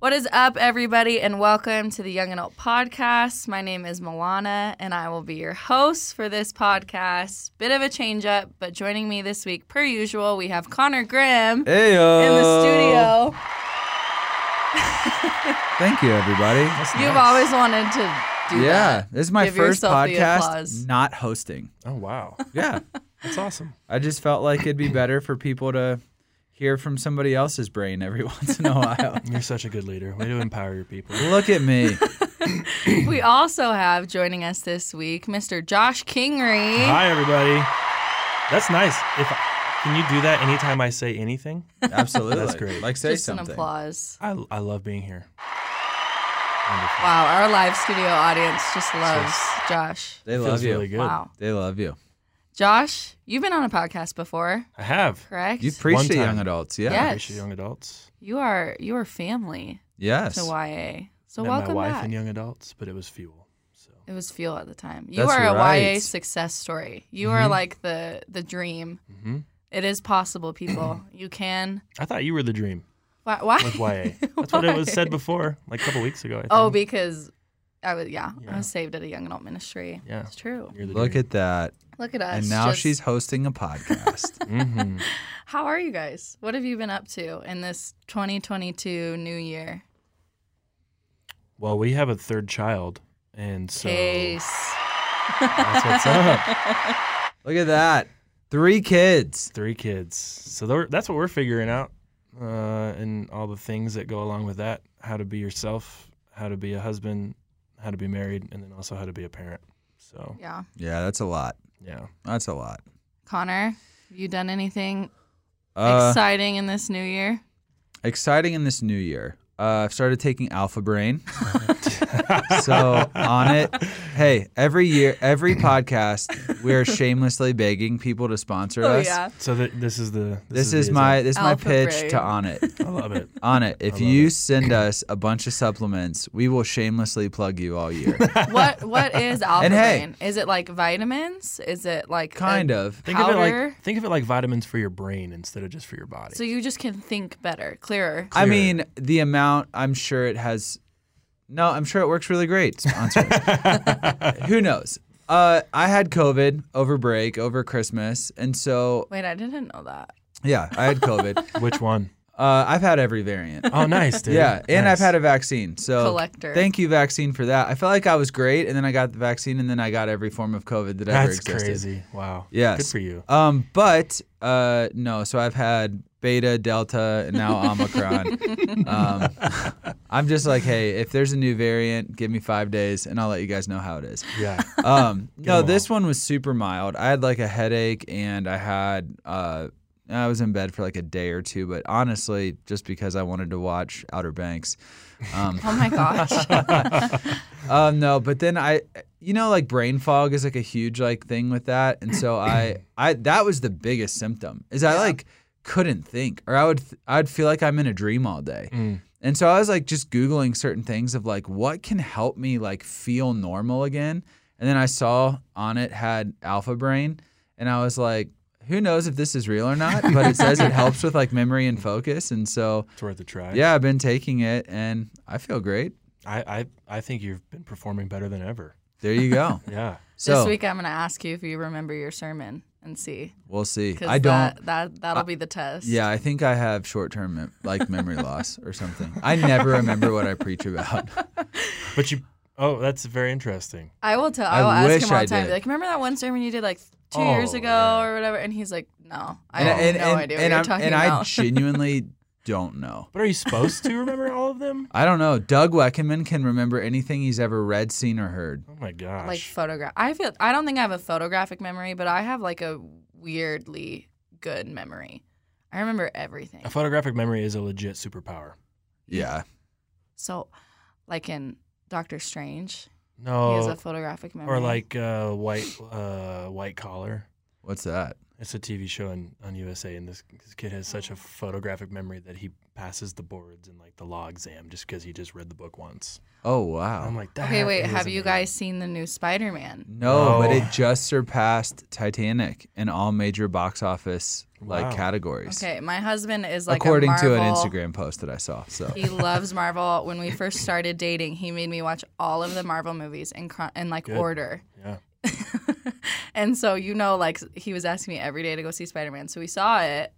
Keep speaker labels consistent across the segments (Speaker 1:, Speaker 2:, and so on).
Speaker 1: What is up, everybody, and welcome to the Young Adult Podcast. My name is Milana, and I will be your host for this podcast. Bit of a change up, but joining me this week, per usual, we have Connor Grimm
Speaker 2: Hey,
Speaker 1: in the studio.
Speaker 2: Thank you, everybody.
Speaker 1: You've always wanted to do
Speaker 2: yeah,
Speaker 1: that.
Speaker 2: this is my
Speaker 1: Give
Speaker 2: first
Speaker 1: yourself the
Speaker 2: podcast
Speaker 1: applause.
Speaker 2: not hosting.
Speaker 3: Oh wow,
Speaker 2: Yeah,
Speaker 3: that's awesome.
Speaker 2: I just felt like it'd be better for people to hear from somebody else's brain every once in a while.
Speaker 3: You're such a good leader. Way to empower your people.
Speaker 2: Look at me.
Speaker 1: We also have joining us this week Mr. Josh Kingery.
Speaker 3: Hi everybody. That's nice. If can you do that anytime I say anything?
Speaker 2: Absolutely.
Speaker 3: That's great.
Speaker 2: Like, say
Speaker 1: Just an
Speaker 2: something.
Speaker 1: applause.
Speaker 3: I I love being here. Wonderful.
Speaker 1: Wow, our live studio audience just loves Josh.
Speaker 2: They
Speaker 3: Feels
Speaker 2: love you.
Speaker 3: really good.
Speaker 1: Wow.
Speaker 2: They love you.
Speaker 1: Josh, you've been on a podcast before,
Speaker 3: I have.
Speaker 1: correct?
Speaker 2: You preach
Speaker 3: One
Speaker 2: to
Speaker 3: time.
Speaker 2: young adults. Yeah.
Speaker 1: Yes.
Speaker 3: Appreciate young adults.
Speaker 1: You are you are family
Speaker 2: Yes.
Speaker 1: to YA. So
Speaker 3: Met
Speaker 1: welcome
Speaker 3: my wife
Speaker 1: back.
Speaker 3: and young adults, but it was fuel. So
Speaker 1: it was Fuel at the time. You
Speaker 2: That's
Speaker 1: are a YA
Speaker 2: right.
Speaker 1: success story. You
Speaker 3: Mm-hmm.
Speaker 1: are like the the dream.
Speaker 3: hmm
Speaker 1: It is possible, people. you can.
Speaker 3: I thought you were the dream
Speaker 1: Why? why?
Speaker 3: with YA. That's what it was
Speaker 1: Why?
Speaker 3: said before, like a couple weeks ago. I think.
Speaker 1: Oh, because I was yeah, I
Speaker 3: Yeah.
Speaker 1: was saved at a young adult ministry.
Speaker 3: Yeah.
Speaker 1: it's true.
Speaker 3: You're the
Speaker 2: Look at that.
Speaker 1: Look at us.
Speaker 2: and now
Speaker 1: just-
Speaker 2: she's hosting a podcast.
Speaker 3: hmm
Speaker 1: How are you guys? What have you been up to in this 2022 new year?
Speaker 3: Well, we have a third child, and so
Speaker 1: Case.
Speaker 3: that's what's up.
Speaker 2: Look at that. Three kids.
Speaker 3: three kids. So tho- that's what we're figuring out, uh, and all the things that go along with that: how to be yourself, how to be a husband, how to be married, and then also how to be a parent. So
Speaker 1: Yeah,
Speaker 2: Yeah, that's a lot.
Speaker 3: yeah,
Speaker 2: That's a lot.
Speaker 1: Connor, have you done anything
Speaker 2: Uh,
Speaker 1: exciting in this new year?
Speaker 2: exciting in this new year. Uh, I've started taking Alpha Brain. so on it, hey, every year, every podcast, we're shamelessly begging people to sponsor us.
Speaker 3: so th- this is the
Speaker 2: This,
Speaker 3: the
Speaker 2: is
Speaker 3: design.
Speaker 2: my this is my
Speaker 1: Oh, Alpha
Speaker 2: pitch
Speaker 1: Brain.
Speaker 2: to on it.
Speaker 3: I love it.
Speaker 2: On it, if
Speaker 3: love
Speaker 2: you send us a bunch of supplements, we will shamelessly plug you all year.
Speaker 1: what what is alpha
Speaker 2: And hey-
Speaker 1: brain? Is it like vitamins? Is it like
Speaker 2: kind of.
Speaker 3: Think of it
Speaker 1: Powder.
Speaker 3: like think of it like vitamins for your brain instead of just for your body.
Speaker 1: So you just can think better, clearer.
Speaker 2: I
Speaker 3: clear.
Speaker 2: mean, the amount I'm sure it has. No, I'm sure it works really great. Sponsors. Who knows? Uh, I had COVID over break, over Christmas, and so
Speaker 1: Wait, I didn't know that.
Speaker 2: yeah, I had COVID. uh,
Speaker 3: Which one?
Speaker 2: I've had every variant.
Speaker 3: Oh, nice, dude.
Speaker 2: Yeah, and I've
Speaker 3: Nice.
Speaker 2: had a vaccine. So
Speaker 1: Collector.
Speaker 2: thank you, vaccine, for that. I felt like I was great, and then I got the vaccine, and then I got every form of COVID that ever
Speaker 3: That's
Speaker 2: existed.
Speaker 3: crazy. Wow.
Speaker 2: Yes.
Speaker 3: Good for you.
Speaker 2: Um, but uh, no, so I've had Beta, Delta, and now Omicron. um, I'm just like, hey, if there's a new variant, give me five days, and I'll let you guys know how it is.
Speaker 3: Yeah.
Speaker 2: Um, no,
Speaker 3: 'em
Speaker 2: this one was super mild. I had like a headache, and I had uh, I was in bed for like a day or two. But honestly, just because I wanted to watch Outer Banks. Um,
Speaker 1: Oh my gosh.
Speaker 2: um, no, but then I, you know, like brain fog is like a huge like thing with that, and so I, I that was the biggest symptom is I like couldn't think, or I would I'd feel like I'm in a dream all day,
Speaker 3: Mm.
Speaker 2: and so I was like just googling certain things of like what can help me like feel normal again, and then I saw on it had Alpha Brain, and I was like. Who knows if this is real or not, but it says it helps with like memory and focus. And so,
Speaker 3: It's worth a try.
Speaker 2: yeah, I've been taking it and I feel great.
Speaker 3: I, I I think you've been performing better than ever.
Speaker 2: There you go.
Speaker 3: Yeah.
Speaker 2: So,
Speaker 1: this week I'm gonna ask you if you remember your sermon and see.
Speaker 2: We'll see.
Speaker 1: Because
Speaker 2: I don't.
Speaker 1: that, that that'll be the test.
Speaker 2: yeah, I think I have short-term mem- like memory loss or something. I never remember what I preach about.
Speaker 3: But you. Oh, that's very interesting.
Speaker 1: I will tell
Speaker 2: I
Speaker 1: I will ask
Speaker 2: wish
Speaker 1: him all
Speaker 2: I
Speaker 1: the time. be
Speaker 2: did.
Speaker 1: Like, remember that one sermon you did like two
Speaker 3: Oh,
Speaker 1: years ago
Speaker 3: yeah.
Speaker 1: or whatever? And he's like, No. I
Speaker 2: And,
Speaker 1: have
Speaker 2: and,
Speaker 1: no
Speaker 2: and-
Speaker 1: idea what
Speaker 2: and
Speaker 1: you're
Speaker 2: I'm-
Speaker 1: talking
Speaker 2: and I
Speaker 1: about.
Speaker 2: genuinely don't know.
Speaker 3: But are you supposed to remember all of them?
Speaker 2: I don't know. Doug Weckerman can remember anything he's ever read, seen, or heard.
Speaker 3: Oh my gosh.
Speaker 1: like photograph. I feel I don't think I have a photographic memory, but I have like a weirdly good memory. I remember everything.
Speaker 3: a photographic memory is a legit superpower.
Speaker 2: Yeah,
Speaker 1: So
Speaker 4: like in Doctor Strange. He
Speaker 2: Oh,
Speaker 4: has a
Speaker 3: No,
Speaker 4: photographic memory.
Speaker 3: or like uh, white uh, white collar.
Speaker 2: What's that?
Speaker 3: It's a TV show on, on USA, and this, this kid has such a photographic memory that he passes the boards and like the law exam just because he just read the book once.
Speaker 2: Oh
Speaker 3: And
Speaker 2: wow.
Speaker 3: I'm like, that
Speaker 4: Okay, wait.
Speaker 3: is
Speaker 4: Have you
Speaker 3: amazing."
Speaker 4: guys seen the new Spider-Man?
Speaker 2: no, but
Speaker 3: No.
Speaker 2: it just surpassed Titanic in all major box office like
Speaker 3: Wow.
Speaker 2: categories.
Speaker 4: Okay, my husband is like
Speaker 2: according
Speaker 4: a Marvel,
Speaker 2: to an Instagram post that I saw. So
Speaker 4: He loves Marvel. When we first started dating, he made me watch all of the Marvel movies in chron- in like
Speaker 3: Good.
Speaker 4: order.
Speaker 3: Yeah.
Speaker 4: and so you know, like he was asking me every day to go see Spider Man. So we saw it.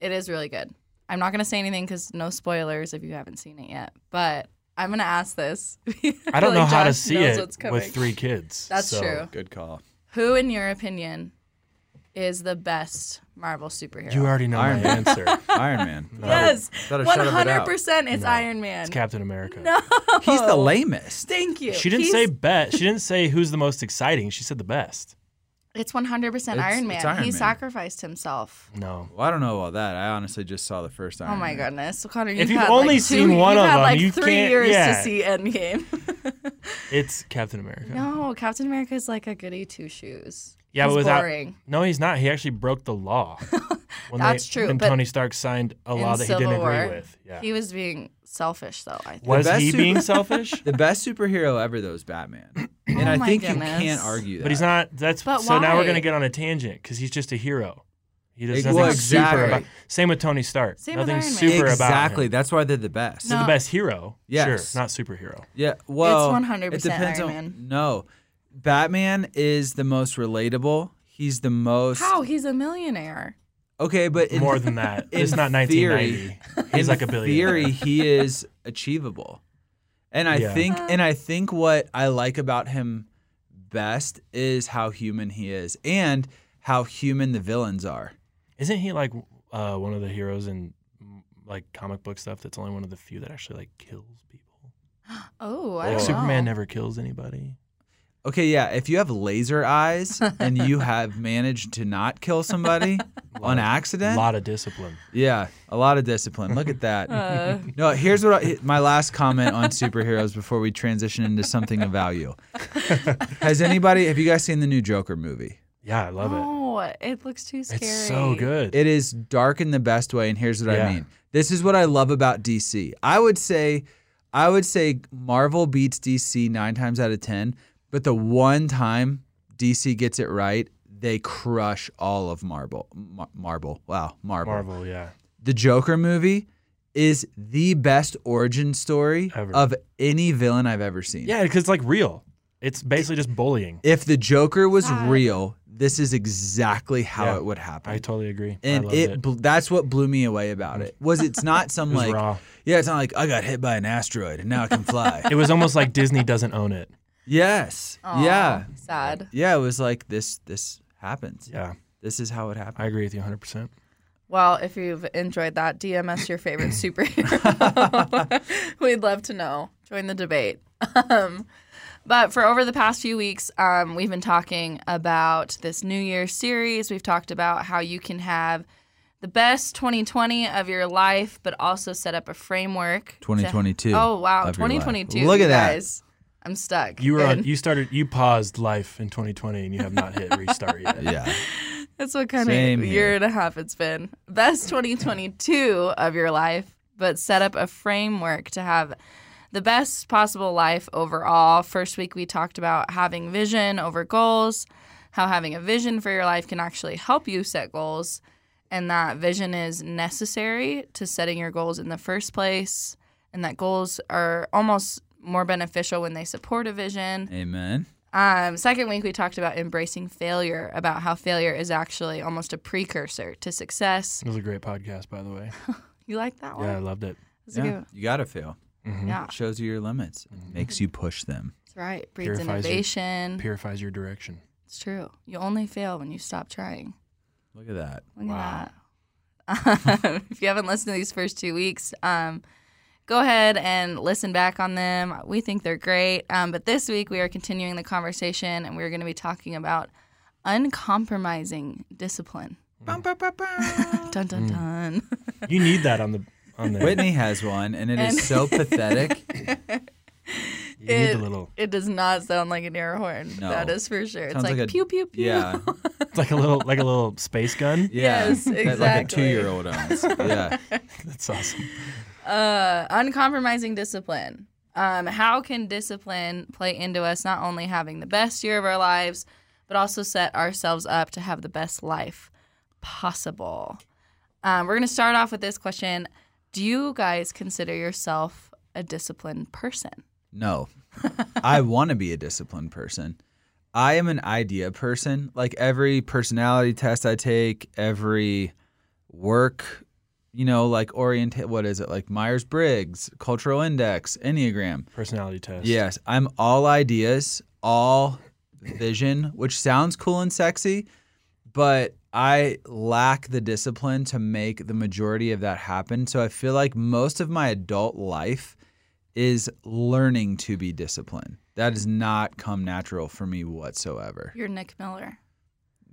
Speaker 4: It is really good. I'm not gonna say anything because no spoilers if you haven't seen it yet. But I'm gonna ask this.
Speaker 3: I don't
Speaker 4: Like,
Speaker 3: know how to
Speaker 4: Josh
Speaker 3: see
Speaker 4: knows
Speaker 3: it
Speaker 4: what's coming.
Speaker 3: with three kids.
Speaker 4: That's
Speaker 3: so-
Speaker 4: true.
Speaker 2: good call.
Speaker 4: Who, in your opinion, is the best Marvel superhero?
Speaker 3: You already know
Speaker 2: Iron
Speaker 3: my
Speaker 2: Man.
Speaker 3: answer.
Speaker 2: Iron Man.
Speaker 4: yes,
Speaker 2: Better
Speaker 4: one
Speaker 2: shut up it
Speaker 4: hundred
Speaker 2: out.
Speaker 4: percent. It's
Speaker 3: No,
Speaker 4: Iron Man.
Speaker 3: It's Captain America.
Speaker 2: He's the lamest.
Speaker 4: Thank you.
Speaker 3: She didn't
Speaker 4: He's-
Speaker 3: say bet. She didn't say who's the most exciting. She said the best.
Speaker 4: It's 100%
Speaker 2: It's-
Speaker 4: Iron Man.
Speaker 2: it's Iron
Speaker 4: he
Speaker 2: Man.
Speaker 4: sacrificed himself.
Speaker 3: No.
Speaker 2: Well, I don't know about that. I honestly just saw the first Iron
Speaker 4: Oh my
Speaker 2: Man.
Speaker 4: goodness, Connor! You've
Speaker 3: If you've
Speaker 4: had
Speaker 3: only
Speaker 4: like two,
Speaker 3: seen one
Speaker 4: you've
Speaker 3: of
Speaker 4: had
Speaker 3: them,
Speaker 4: like
Speaker 3: you
Speaker 4: 3
Speaker 3: can't-
Speaker 4: years to
Speaker 3: yeah.
Speaker 4: see Endgame.
Speaker 3: It's Captain America.
Speaker 4: no, Captain America is like a goody two shoes.
Speaker 3: Yeah,
Speaker 4: He's
Speaker 3: but without
Speaker 4: boring.
Speaker 3: No, he's not. He actually broke the law. When
Speaker 4: That's true,
Speaker 3: And
Speaker 4: but
Speaker 3: Tony Stark signed a
Speaker 4: in
Speaker 3: law that
Speaker 4: Civil
Speaker 3: he didn't
Speaker 4: War,
Speaker 3: agree with. Yeah.
Speaker 4: He was being selfish though. I think.
Speaker 3: was
Speaker 2: The best
Speaker 3: he
Speaker 2: super-
Speaker 3: being selfish?
Speaker 2: The best superhero ever though is Batman. And I
Speaker 4: Oh my
Speaker 2: think
Speaker 4: goodness.
Speaker 2: you can't argue that.
Speaker 3: But he's not. That's
Speaker 4: But
Speaker 3: so now
Speaker 4: why?
Speaker 3: we're gonna get on a tangent because he's just a hero. He does
Speaker 2: Ex-
Speaker 3: nothing
Speaker 2: well,
Speaker 3: super
Speaker 2: exactly.
Speaker 3: about. Same with Tony Stark.
Speaker 4: Same with
Speaker 3: nothing
Speaker 4: Iron Man.
Speaker 3: super
Speaker 2: exactly.
Speaker 3: about him.
Speaker 2: That's why they're the best.
Speaker 4: No.
Speaker 3: They're the best hero.
Speaker 2: Yes.
Speaker 3: Sure, not superhero.
Speaker 2: Yeah. Well,
Speaker 4: 100%
Speaker 2: it depends
Speaker 4: Iron
Speaker 2: on.
Speaker 4: Man.
Speaker 2: No, Batman is the most relatable. He's the most
Speaker 4: How? He's a millionaire.
Speaker 2: okay, but in,
Speaker 3: More than that.
Speaker 2: in
Speaker 3: It's not
Speaker 2: theory-
Speaker 3: 1990. He's
Speaker 2: in
Speaker 3: like a billionaire.
Speaker 2: theory, he is achievable, and I
Speaker 3: Yeah.
Speaker 2: think and I think what I like about him best is how human he is and how human the villains are.
Speaker 3: Isn't he like uh, one of the heroes in mm, like comic book stuff? That's only one of the few that actually like kills people.
Speaker 4: Oh, I
Speaker 3: Like
Speaker 4: don't
Speaker 3: Superman
Speaker 4: know.
Speaker 3: never kills anybody.
Speaker 2: Okay, yeah. If you have laser eyes and you have managed to not kill somebody on
Speaker 3: A
Speaker 2: accident,
Speaker 3: lot of discipline.
Speaker 2: yeah, a lot of discipline. Look at that.
Speaker 4: Uh,
Speaker 2: No, here's what I, my last comment on superheroes before we transition into something of value. Has anybody? Have you guys seen the new Joker movie?
Speaker 3: Yeah, I love it.
Speaker 4: no, Oh, it. looks too scary.
Speaker 3: It's so good.
Speaker 2: Oh, It is dark in the best way, and here's what I
Speaker 3: Yeah.
Speaker 2: mean. This is what I love about DC. I would say, I would say Marvel beats DC nine times out of ten, but the one time DC gets it right, they crush all of Marvel. Mar- Marvel. Wow, Marvel.
Speaker 3: Marvel, yeah.
Speaker 2: the Joker movie is the best origin story
Speaker 3: Ever.
Speaker 2: of any villain I've ever seen.
Speaker 3: Yeah, because it's like real. It's basically just bullying.
Speaker 2: If the Joker was
Speaker 4: Sad.
Speaker 2: real, this is exactly how
Speaker 3: Yeah,
Speaker 2: it would happen.
Speaker 3: I totally agree. I
Speaker 2: and
Speaker 3: loved
Speaker 2: it,
Speaker 3: it.
Speaker 2: bl- that's what blew me away about it. Was it's not some
Speaker 3: It was
Speaker 2: like
Speaker 3: raw.
Speaker 2: yeah, it's not like I got hit by an asteroid and now I can fly.
Speaker 3: It was almost like Disney doesn't own it.
Speaker 2: yes.
Speaker 4: Aw,
Speaker 2: Yeah.
Speaker 4: Sad.
Speaker 2: Yeah, it was like this this happens.
Speaker 3: Yeah,
Speaker 2: This is how it happened.
Speaker 3: I agree with you 100%.
Speaker 4: Well, if you've enjoyed that, DM us your favorite superhero. We'd love to know. Join the debate. Um, but for over the past few weeks, um, we've been talking about this New Year series. We've talked about how you can have the best 2020 of your life, but also set up a framework. to-
Speaker 2: 2022
Speaker 4: oh wow,
Speaker 2: of your life.
Speaker 4: 2022.
Speaker 2: Look at
Speaker 4: you
Speaker 2: that.
Speaker 4: guys. I'm stuck.
Speaker 3: You were on,
Speaker 4: And
Speaker 3: you started you paused life in 2020 and you have not hit restart yet.
Speaker 2: Yeah.
Speaker 4: That's what kind
Speaker 2: Same
Speaker 4: of
Speaker 2: here.
Speaker 4: year and a half it's been. Best 2022 of your life, but set up a framework to have the best possible life overall. First week, we talked about having vision over goals, how having a vision for your life can actually help you set goals, and that vision is necessary to setting your goals in the first place, and that goals are almost more beneficial when they support a vision.
Speaker 2: Amen.
Speaker 4: Um, second week, we talked about embracing failure, about how failure is actually almost a precursor to success.
Speaker 3: It was a great podcast, by the way.
Speaker 4: You like that one?
Speaker 3: Yeah, I loved it.
Speaker 4: That's a good
Speaker 2: Yeah.
Speaker 4: one.
Speaker 2: You got to fail.
Speaker 3: Mhm.
Speaker 4: yeah,
Speaker 2: Shows you your limits.
Speaker 3: Mm-hmm.
Speaker 2: Makes you push them.
Speaker 4: that's right. Breeds
Speaker 3: Purifies your-
Speaker 4: innovation.
Speaker 3: Purifies your direction.
Speaker 4: it's true. You only fail when you stop trying.
Speaker 2: Look at that.
Speaker 4: Look
Speaker 3: Wow.
Speaker 4: at that. if you haven't listened to these first two weeks, um, go ahead and listen back on them. We think they're great. Um, but this week, we are continuing the conversation and we're going to be talking about uncompromising discipline.
Speaker 2: Bum, bum, bum, bum.
Speaker 4: Dun, dun, dun.
Speaker 3: You need that on the on the
Speaker 2: Whitney has one, and it is
Speaker 4: And-
Speaker 2: so pathetic.
Speaker 3: You need the little.
Speaker 4: It does not sound like an air horn.
Speaker 2: No.
Speaker 4: That is for sure.
Speaker 2: Sounds
Speaker 4: it's like,
Speaker 2: like a-
Speaker 4: pew pew pew.
Speaker 2: Yeah.
Speaker 3: It's like a little, like a little space gun.
Speaker 2: Yeah.
Speaker 4: Yes,
Speaker 2: That, like a
Speaker 4: exactly.
Speaker 2: two-year-old owns. Yeah.
Speaker 3: That's awesome.
Speaker 4: Uh, uncompromising discipline. Um, how can discipline play into us not only having the best year of our lives, but also set ourselves up to have the best life possible? Um, we're going to start off with this question Do you guys consider yourself a disciplined person?
Speaker 2: No. I want to be a disciplined person. I am an idea person. Like every personality test I take, every work, you know, like orient what is it? Like Myers Briggs, cultural index, Enneagram.
Speaker 3: Personality test.
Speaker 2: Yes, I'm all ideas, all vision, which sounds cool and sexy, but I lack the discipline to make the majority of that happen. So I feel like most of my adult life is learning to be disciplined. That has not come natural for me whatsoever.
Speaker 4: You're Nick Miller.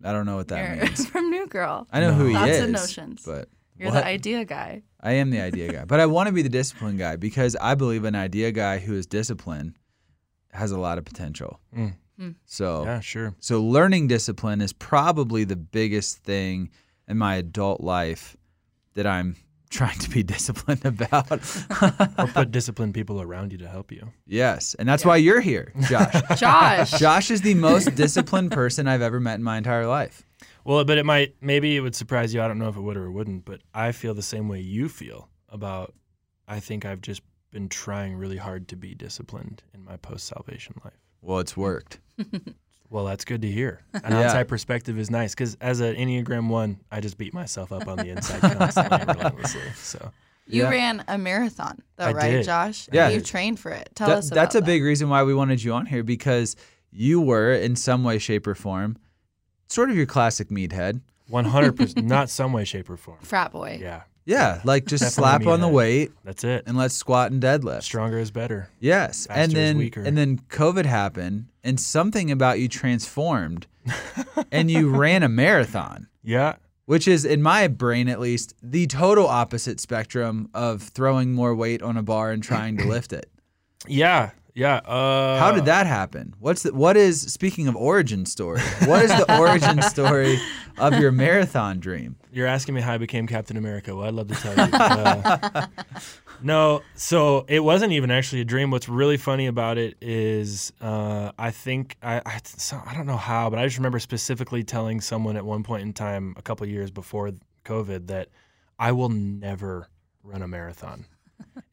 Speaker 2: I don't know what that
Speaker 4: You're
Speaker 2: means.
Speaker 4: from New Girl.
Speaker 2: I know who he
Speaker 4: Thoughts
Speaker 2: is.
Speaker 4: and notions.
Speaker 2: But
Speaker 4: You're
Speaker 2: what?
Speaker 4: the idea guy.
Speaker 2: I am the idea guy, but I want to be the discipline guy because I believe an idea guy who is disciplined has a lot of potential.
Speaker 3: Mm.
Speaker 4: Mm.
Speaker 2: So,
Speaker 3: Yeah, sure.
Speaker 2: so learning discipline is probably the biggest thing in my adult life that I'm trying to be disciplined about.
Speaker 3: Or put disciplined people around you to help you.
Speaker 2: yes, and that's why you're here, Josh.
Speaker 4: Josh.
Speaker 2: Josh is the most disciplined person I've ever met in my entire life.
Speaker 3: Well, but it might, maybe it would surprise you. I don't know if it would or wouldn't, but I feel the same way you feel about, I think I've just been trying really hard to be disciplined in my post salvation life.
Speaker 2: Well, it's worked.
Speaker 3: Well, that's good to hear. An
Speaker 2: Yeah.
Speaker 3: outside perspective is nice because as an Enneagram one, I just beat myself up on the inside constantly and relentlessly. So
Speaker 4: You
Speaker 2: Yeah.
Speaker 4: ran a marathon, though,
Speaker 3: I
Speaker 4: right,
Speaker 3: did.
Speaker 4: Josh?
Speaker 2: Yeah.
Speaker 4: You trained for it. Tell
Speaker 2: That-
Speaker 4: us about
Speaker 2: that's a
Speaker 4: that.
Speaker 2: big reason why we wanted you on here because you were in some way, shape, or form sort of your classic meathead.
Speaker 3: 100%, not some way, shape, or form.
Speaker 4: frat boy.
Speaker 3: Yeah,
Speaker 2: Yeah, like just
Speaker 3: Definitely
Speaker 2: slap on the
Speaker 3: meathead.
Speaker 2: weight
Speaker 3: that's it.
Speaker 2: and let's squat and deadlift.
Speaker 3: Stronger is better.
Speaker 2: Yes,
Speaker 3: Faster
Speaker 2: and
Speaker 3: is
Speaker 2: then
Speaker 3: weaker.
Speaker 2: and then COVID happened, and something about you transformed, and you ran a marathon,
Speaker 3: Yeah.
Speaker 2: which is in my brain at least the total opposite spectrum of throwing more weight on a bar and trying to lift it.
Speaker 3: Yeah. Yeah. Uh,
Speaker 2: How did that happen? What's the, what is speaking of origin story? What is the origin story of your marathon dream?
Speaker 3: You're asking me how I became Captain America. Well, I'd love to tell you. Uh, no, so it wasn't even actually a dream. What's really funny about it is uh, I think I I, so, I don't know how, but I just remember specifically telling someone at one point in time, a couple years before COVID, that I will never run a marathon.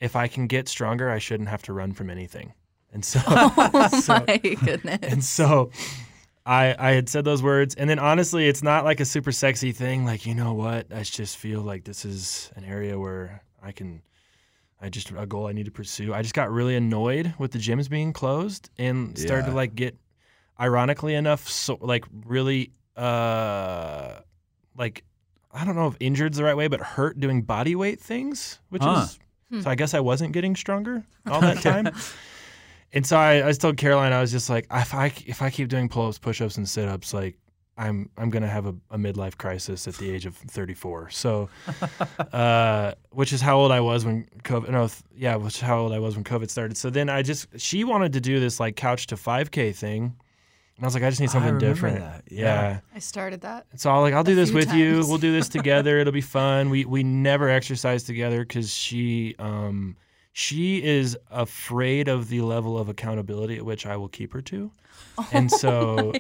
Speaker 3: If I can get stronger, I shouldn't have to run from anything. And so,
Speaker 4: Oh
Speaker 3: so-
Speaker 4: my goodness.
Speaker 3: and so I I had said those words and then honestly it's not like a super sexy thing like you know what I just feel like this is an area where I can I just a goal I need to pursue. I just got really annoyed with the gyms being closed and started to
Speaker 2: Yeah.
Speaker 3: like get ironically enough so like really uh like I don't know if injured's the right way but hurt doing body weight things which
Speaker 2: Huh.
Speaker 3: is so I guess I wasn't getting stronger all that time. And so I, I just told Caroline, I was just like, if I if I keep doing pull ups, push ups, and sit ups, like I'm I'm gonna have a, a midlife crisis at the age of 34. So, uh, which is how old I was when COVID. No, th- yeah, which is how old I was when COVID started. So then I just she wanted to do this like couch to 5K thing, and I was like, I just need
Speaker 2: I
Speaker 3: something
Speaker 2: remember
Speaker 3: different.
Speaker 2: that, yeah.
Speaker 3: yeah.
Speaker 4: I started that.
Speaker 3: It's all like I'll do
Speaker 4: A
Speaker 3: this
Speaker 4: few
Speaker 3: with you.
Speaker 4: times.
Speaker 3: We'll do this together. It'll be fun. We we never exercise together because she um she is afraid of the level of accountability at which I will keep her to, and
Speaker 4: Oh
Speaker 3: so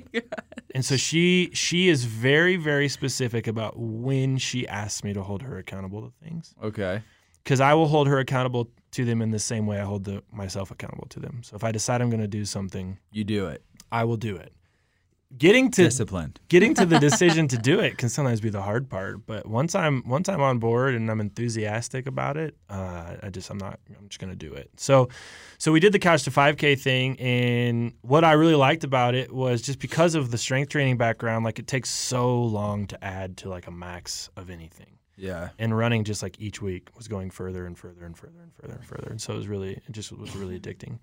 Speaker 3: and so she she is very very specific about when she asks me to hold her accountable to things
Speaker 2: Okay,
Speaker 3: because I will hold her accountable to them in the same way I hold the, myself accountable to them. So if I decide I'm going to do something,
Speaker 2: you do it.
Speaker 3: I will do it. Getting to
Speaker 2: Disciplined.
Speaker 3: getting to the decision to do it can sometimes be the hard part. But once I'm once I'm on board and I'm enthusiastic about it, uh, I just I'm not I'm just gonna do it. So, so we did the couch to 5K thing, and what I really liked about it was just because of the strength training background, like it takes so long to add to like a max of anything.
Speaker 2: Yeah.
Speaker 3: And running just like each week was going further and further and further and further and further. And so it was really it just was really addicting.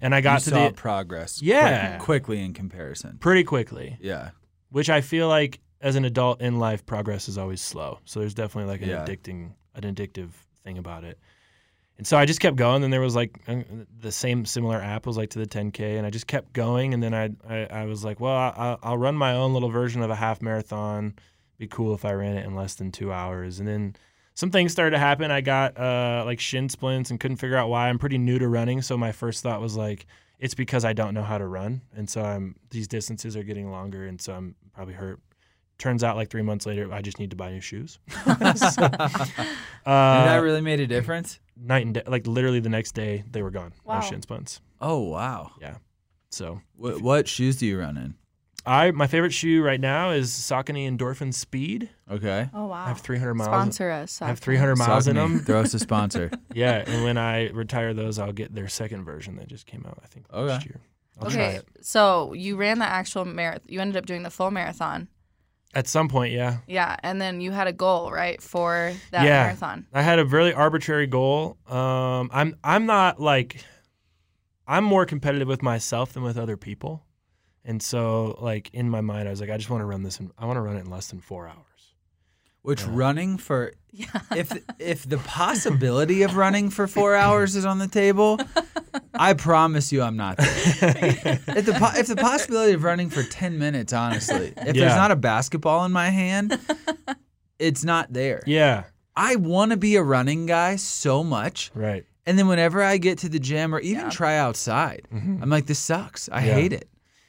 Speaker 3: And I got
Speaker 2: You
Speaker 3: to
Speaker 2: saw
Speaker 3: the
Speaker 2: progress. quick-
Speaker 3: Yeah.
Speaker 2: quickly in comparison.
Speaker 3: pretty quickly.
Speaker 2: Yeah.
Speaker 3: which I feel like as an adult in life, progress is always slow. So there's definitely like an
Speaker 2: Yeah.
Speaker 3: addicting, an addictive thing about it. And so I just kept going. Then there was like uh, the same similar app was like to the 10K, and I just kept going. And then I I, I was like, well, I, I'll run my own little version of a half marathon. Be cool if I ran it in less than two hours. And then some things started to happen. I got uh, like shin splints and couldn't figure out why. I'm pretty new to running, so my first thought was like, it's because I don't know how to run, and so I'm these distances are getting longer, and so I'm probably hurt. Turns out, like three months later, I just need to buy new shoes. So,
Speaker 2: and that
Speaker 3: uh,
Speaker 2: really made a difference.
Speaker 3: night and day, like literally the next day, they were gone.
Speaker 4: Wow.
Speaker 3: No shin splints.
Speaker 2: Oh wow.
Speaker 3: So
Speaker 2: What, what shoes do you run in?
Speaker 3: I my favorite shoe right now is Saucony Endorphin Speed.
Speaker 2: Okay.
Speaker 4: Oh wow.
Speaker 3: I have 300 miles.
Speaker 4: Sponsor us.
Speaker 3: I have 300 miles in
Speaker 2: Saucony,
Speaker 3: them.
Speaker 2: Throw us a sponsor.
Speaker 3: yeah, and when I retire those, I'll get their second version that just came out. I think
Speaker 2: Okay.
Speaker 3: last year. I'll try
Speaker 4: Okay,
Speaker 3: it.
Speaker 4: so you ran the actual marathon. You ended up doing the full marathon.
Speaker 3: At some point, yeah.
Speaker 4: Yeah, and then you had a goal, right, for that
Speaker 3: Yeah.
Speaker 4: marathon.
Speaker 3: I had a really arbitrary goal. Um, I'm I'm not like I'm more competitive with myself than with other people, and so like in my mind, I was like, I just want to run this. In, I want to run it in less than four hours.
Speaker 2: Which
Speaker 3: Yeah.
Speaker 2: running for
Speaker 4: Yeah.
Speaker 2: if if the possibility of running for four hours is on the table, I promise you I'm not there. If the po- if the possibility of running for ten minutes, honestly, if there's
Speaker 3: Yeah.
Speaker 2: not a basketball in my hand, it's not there.
Speaker 3: yeah,
Speaker 2: I want to be a running guy so much,
Speaker 3: right.
Speaker 2: and then whenever I get to the gym or even
Speaker 4: Yeah.
Speaker 2: try outside,
Speaker 3: Mhm.
Speaker 2: I'm like, this sucks. I
Speaker 3: Yeah.
Speaker 2: hate it.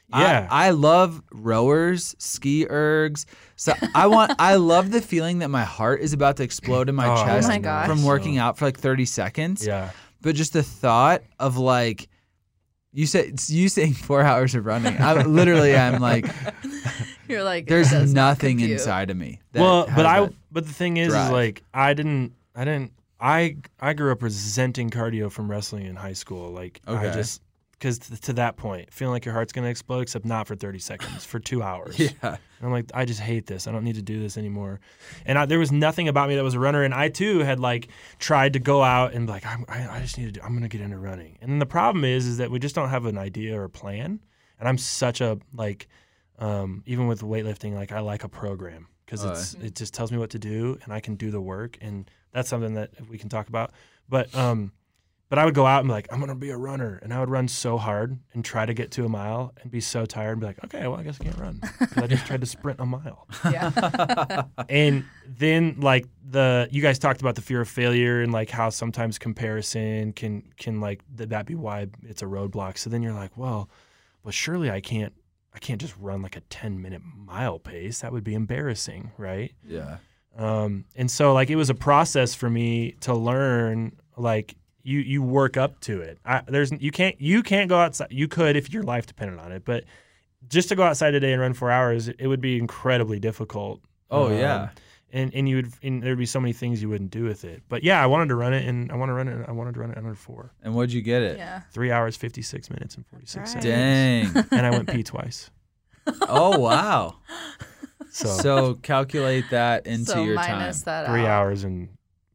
Speaker 3: Yeah.
Speaker 2: I, I love rowers, ski ergs. So I want I love the feeling that my heart is about to explode in my
Speaker 3: Oh,
Speaker 2: chest
Speaker 4: my gosh.
Speaker 2: from working out for like 30 seconds.
Speaker 3: Yeah,
Speaker 2: But just the thought of like you said you saying 4 hours of running. I literally I'm like
Speaker 4: You're like, it
Speaker 2: there's
Speaker 4: does not
Speaker 2: nothing
Speaker 4: compute.
Speaker 2: inside of me. that
Speaker 3: well,
Speaker 2: has
Speaker 3: but I
Speaker 2: that.
Speaker 3: but the thing is,
Speaker 2: drive.
Speaker 3: is like I didn't I didn't I I grew up resenting cardio from wrestling in high school. Like I
Speaker 2: Okay.
Speaker 3: just because t- to that point, feeling like your heart's gonna explode, except not for 30 seconds, for two hours.
Speaker 2: yeah.
Speaker 3: And I'm like, I just hate this. I don't need to do this anymore. And I, there was nothing about me that was a runner. And I too had like tried to go out and like, I'm, I, I just need to. Do, I'm going to get into running. And the problem is, is that we just don't have an idea or a plan. And I'm such a like, um, even with weightlifting, like I like a program because
Speaker 2: Oh,
Speaker 3: it's it just tells me what to do and I can do the work. And that's something that we can talk about. But um, but I would go out and be like, I'm gonna be a runner, and I would run so hard and try to get to a mile and be so tired and be like, okay, well I guess I can't run 'cause I just tried to sprint a mile.
Speaker 4: Yeah.
Speaker 3: And then like the you guys talked about the fear of failure and like how sometimes comparison can can like th- that be why it's a roadblock. So then you're like, well, but surely I can't I can't just run like a 10 minute mile pace. That would be embarrassing, right?
Speaker 2: Yeah.
Speaker 3: Um, and so like it was a process for me to learn like you you work up to it. I, there's you can't you can't go outside. You could if your life depended on it, but just to go outside today and run four hours, it would be incredibly difficult.
Speaker 2: Oh
Speaker 3: Um,
Speaker 2: yeah.
Speaker 3: and and you would and there'd be so many things you wouldn't do with it. But yeah, I wanted to run it, and I want to run it. and I wanted to run it under four,
Speaker 2: And what'd you get it?
Speaker 4: yeah.
Speaker 3: three hours fifty six minutes and forty six
Speaker 4: That's right.
Speaker 3: seconds,
Speaker 2: Dang.
Speaker 3: and I went pee twice.
Speaker 2: oh wow.
Speaker 3: So,
Speaker 2: So calculate that into
Speaker 4: so
Speaker 2: your time.
Speaker 4: minus that
Speaker 3: three
Speaker 4: out.
Speaker 3: hours and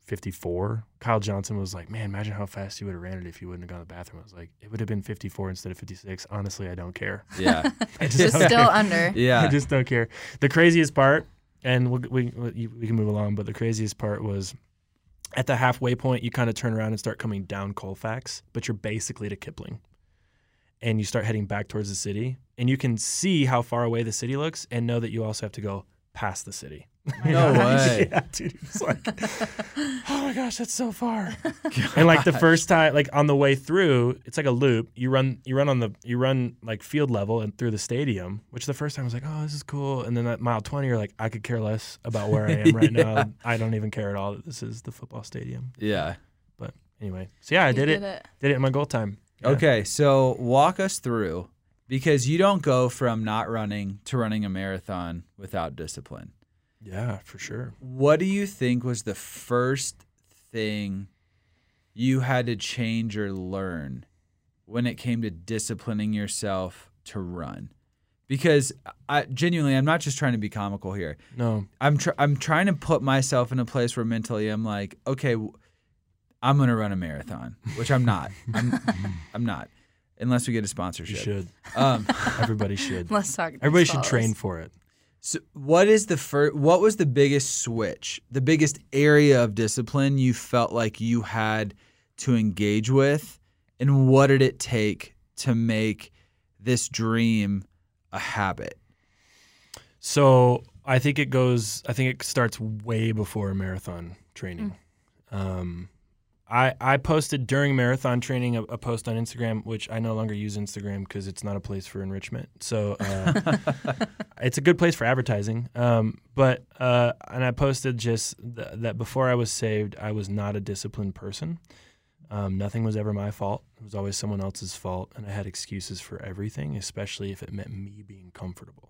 Speaker 3: 54. Kyle Johnson was like, Man, imagine how fast you would have ran it if you wouldn't have gone to the bathroom. I was like, It would have been 54 instead of 56. Honestly, I don't care.
Speaker 2: Yeah.
Speaker 3: I just,
Speaker 4: Just
Speaker 3: don't
Speaker 4: still
Speaker 3: care.
Speaker 4: under.
Speaker 2: Yeah.
Speaker 3: I just don't care. The craziest part, and we'll, we, we, we can move along, but the craziest part was at the halfway point, you kind of turn around and start coming down Colfax, but you're basically to Kipling. And you start heading back towards the city, and you can see how far away the city looks, and know that you also have to go past the city.
Speaker 2: No way.
Speaker 3: yeah, dude. It's like, oh my gosh, that's so far. And like the first time, like on the way through, it's like a loop. You run, you run on the, you run like field level and through the stadium. Which the first time I was like, oh, this is cool. And then at mile twenty, you're like, I could care less about where I am right
Speaker 2: Yeah.
Speaker 3: now. I don't even care at all that this is the football stadium.
Speaker 2: Yeah.
Speaker 3: But anyway, so yeah, I
Speaker 4: You
Speaker 3: did, it.
Speaker 4: did it.
Speaker 3: Did it in my goal time. Yeah.
Speaker 2: Okay, so walk us through because you don't go from not running to running a marathon without discipline.
Speaker 3: Yeah, for sure.
Speaker 2: What do you think was the first thing you had to change or learn when it came to disciplining yourself to run? Because I genuinely, I'm not just trying to be comical here.
Speaker 3: No.
Speaker 2: I'm tr- I'm trying to put myself in a place where mentally I'm like, okay, w- I'm gonna run a marathon, which I'm not. I'm I'm not, unless we get a
Speaker 3: You
Speaker 2: sponsorship.
Speaker 3: should.
Speaker 2: Um,
Speaker 3: Everybody should.
Speaker 4: Let's talk. to
Speaker 3: Everybody
Speaker 4: these
Speaker 3: should
Speaker 4: fellas.
Speaker 3: train for it.
Speaker 2: so what is the first? What was the biggest switch? The biggest area of discipline you felt like you had to engage with and what did it take to make this dream a habit
Speaker 3: So I think it goes. I think it starts way before marathon training. Um, I I posted during marathon training a, a post on Instagram, which I no longer use Instagram because it's not a place for enrichment. So uh, it's a good place for advertising. Um, but uh, and I posted just th- that before I was saved, I was not a disciplined person. Um, nothing was ever my fault. It was always someone else's fault, and I had excuses for everything, especially if it meant me being comfortable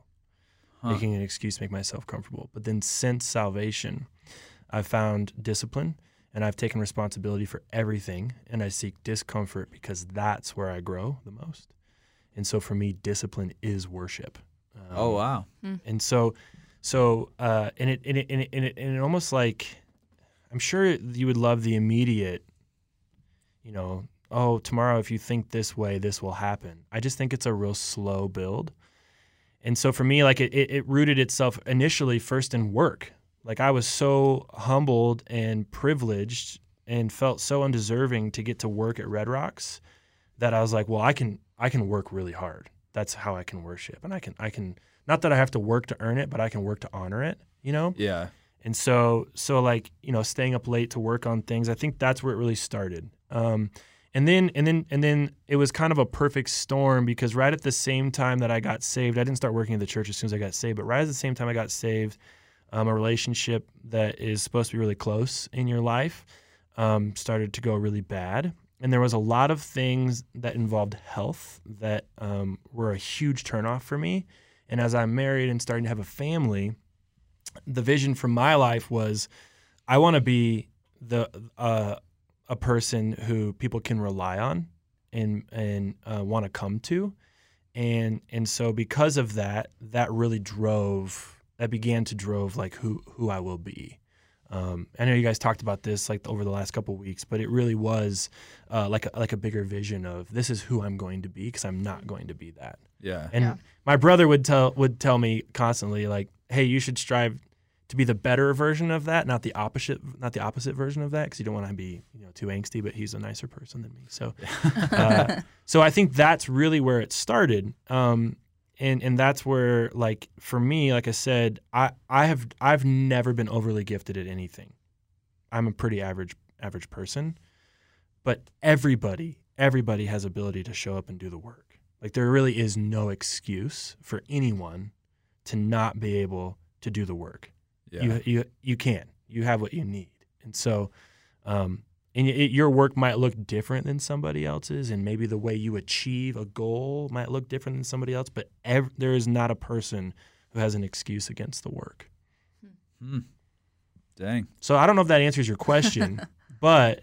Speaker 2: Huh.
Speaker 3: making an excuse to make myself comfortable. But then since salvation, I've found discipline and I've taken responsibility for everything and I seek discomfort because that's where I grow the most. And so for me, discipline is worship. Um,
Speaker 2: oh wow
Speaker 3: and so, so, uh, and it, and it, and it, and it, and it almost like, I'm sure you would love the immediate, you know, oh, tomorrow, if you think this way, this will happen. I just think it's a real slow build. And so for me, like it, it, it rooted itself initially first in work. Like I was so humbled and privileged and felt so undeserving to get to work at Red Rocks that I was like, well, I can, I can work really hard. That's how I can worship. And I can, I can, not that I have to work to earn it, but I can work to honor it, you know?
Speaker 2: yeah
Speaker 3: And so, so like you know, staying up late to work on things. I think that's where it really started. Um, and then, and then, and then it was kind of a perfect storm because right at the same time that I got saved, I didn't start working at the church as soon as I got saved, but right at the same time I got saved, um, a relationship that is supposed to be really close in your life um, started to go really bad. And there was a lot of things that involved health that um, were a huge turnoff for me. And as I'm married and starting to have a family, the vision for my life was I want to be the uh, a person who people can rely on and and uh, want to come to, and and so because of that, that really drove that began to drove like who who I will be. Um, I know you guys talked about this like over the last couple weeks, but it really was uh, like a, like a bigger vision of this is who I'm going to be because I'm not going to be that.
Speaker 2: yeah
Speaker 3: And
Speaker 4: Yeah.
Speaker 3: my brother would tell would tell me constantly like, "Hey, you should strive to be the better version of that, not the opposite not the opposite version of that, because you don't want to be you know too angsty." But he's a nicer person than me, so uh, so I think that's really where it started. Um, and and that's where like for me, like I said, I I have I've never been overly gifted at anything. I'm a pretty average average person but everybody everybody has ability to show up and do the work like there really is no excuse for anyone to not be able to do the work
Speaker 2: yeah
Speaker 3: you you you can you have what you need and so um and y it, your work might look different than somebody else's and maybe the way you achieve a goal might look different than somebody else but ev- there is not a person who has an excuse against the work
Speaker 2: dang
Speaker 3: so I don't know if that answers your question, but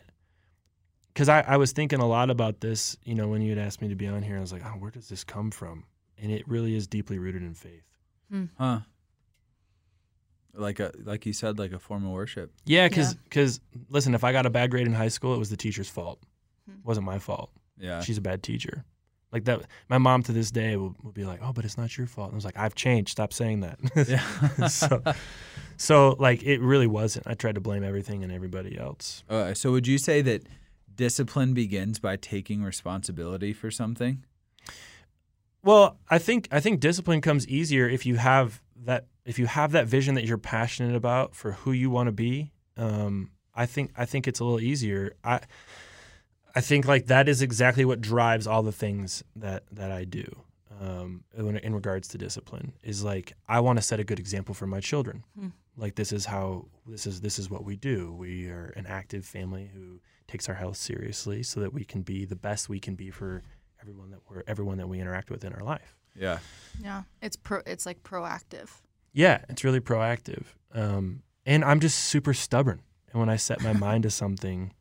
Speaker 3: because I, I was thinking a lot about this, you know, when you had asked me to be on here, I was like, oh, where does this come from? And it really is deeply rooted in faith.
Speaker 2: huh like a like you said like a form of worship
Speaker 3: Yeah, because listen, if I got a bad grade in high school, it was the teacher's fault.
Speaker 4: Hmm.
Speaker 3: It wasn't my fault.
Speaker 2: yeah
Speaker 3: She's a bad teacher. Like that, my mom to this day will, will be like, "Oh, but it's not your fault." And I was like, "I've changed. Stop saying that."
Speaker 2: yeah
Speaker 3: so, so like it really wasn't. I tried to blame everything and everybody else.
Speaker 2: Uh, so would you say that discipline begins by taking responsibility for something?
Speaker 3: Well, I think I think discipline comes easier if you have that if you have that vision that you're passionate about for who you want to be. Um, I think I think it's a little easier. I I think like that is exactly what drives all the things that that I do. Um, in, in regards to discipline, is like I want to set a good example for my children.
Speaker 4: Hmm.
Speaker 3: Like this is how this is this is what we do. We are an active family who takes our health seriously, so that we can be the best we can be for everyone that we're everyone that we interact with in our life.
Speaker 2: Yeah.
Speaker 4: Yeah, it's pro. It's like proactive.
Speaker 3: Yeah, it's really proactive. Um, and I'm just super stubborn. And when I set my mind to something,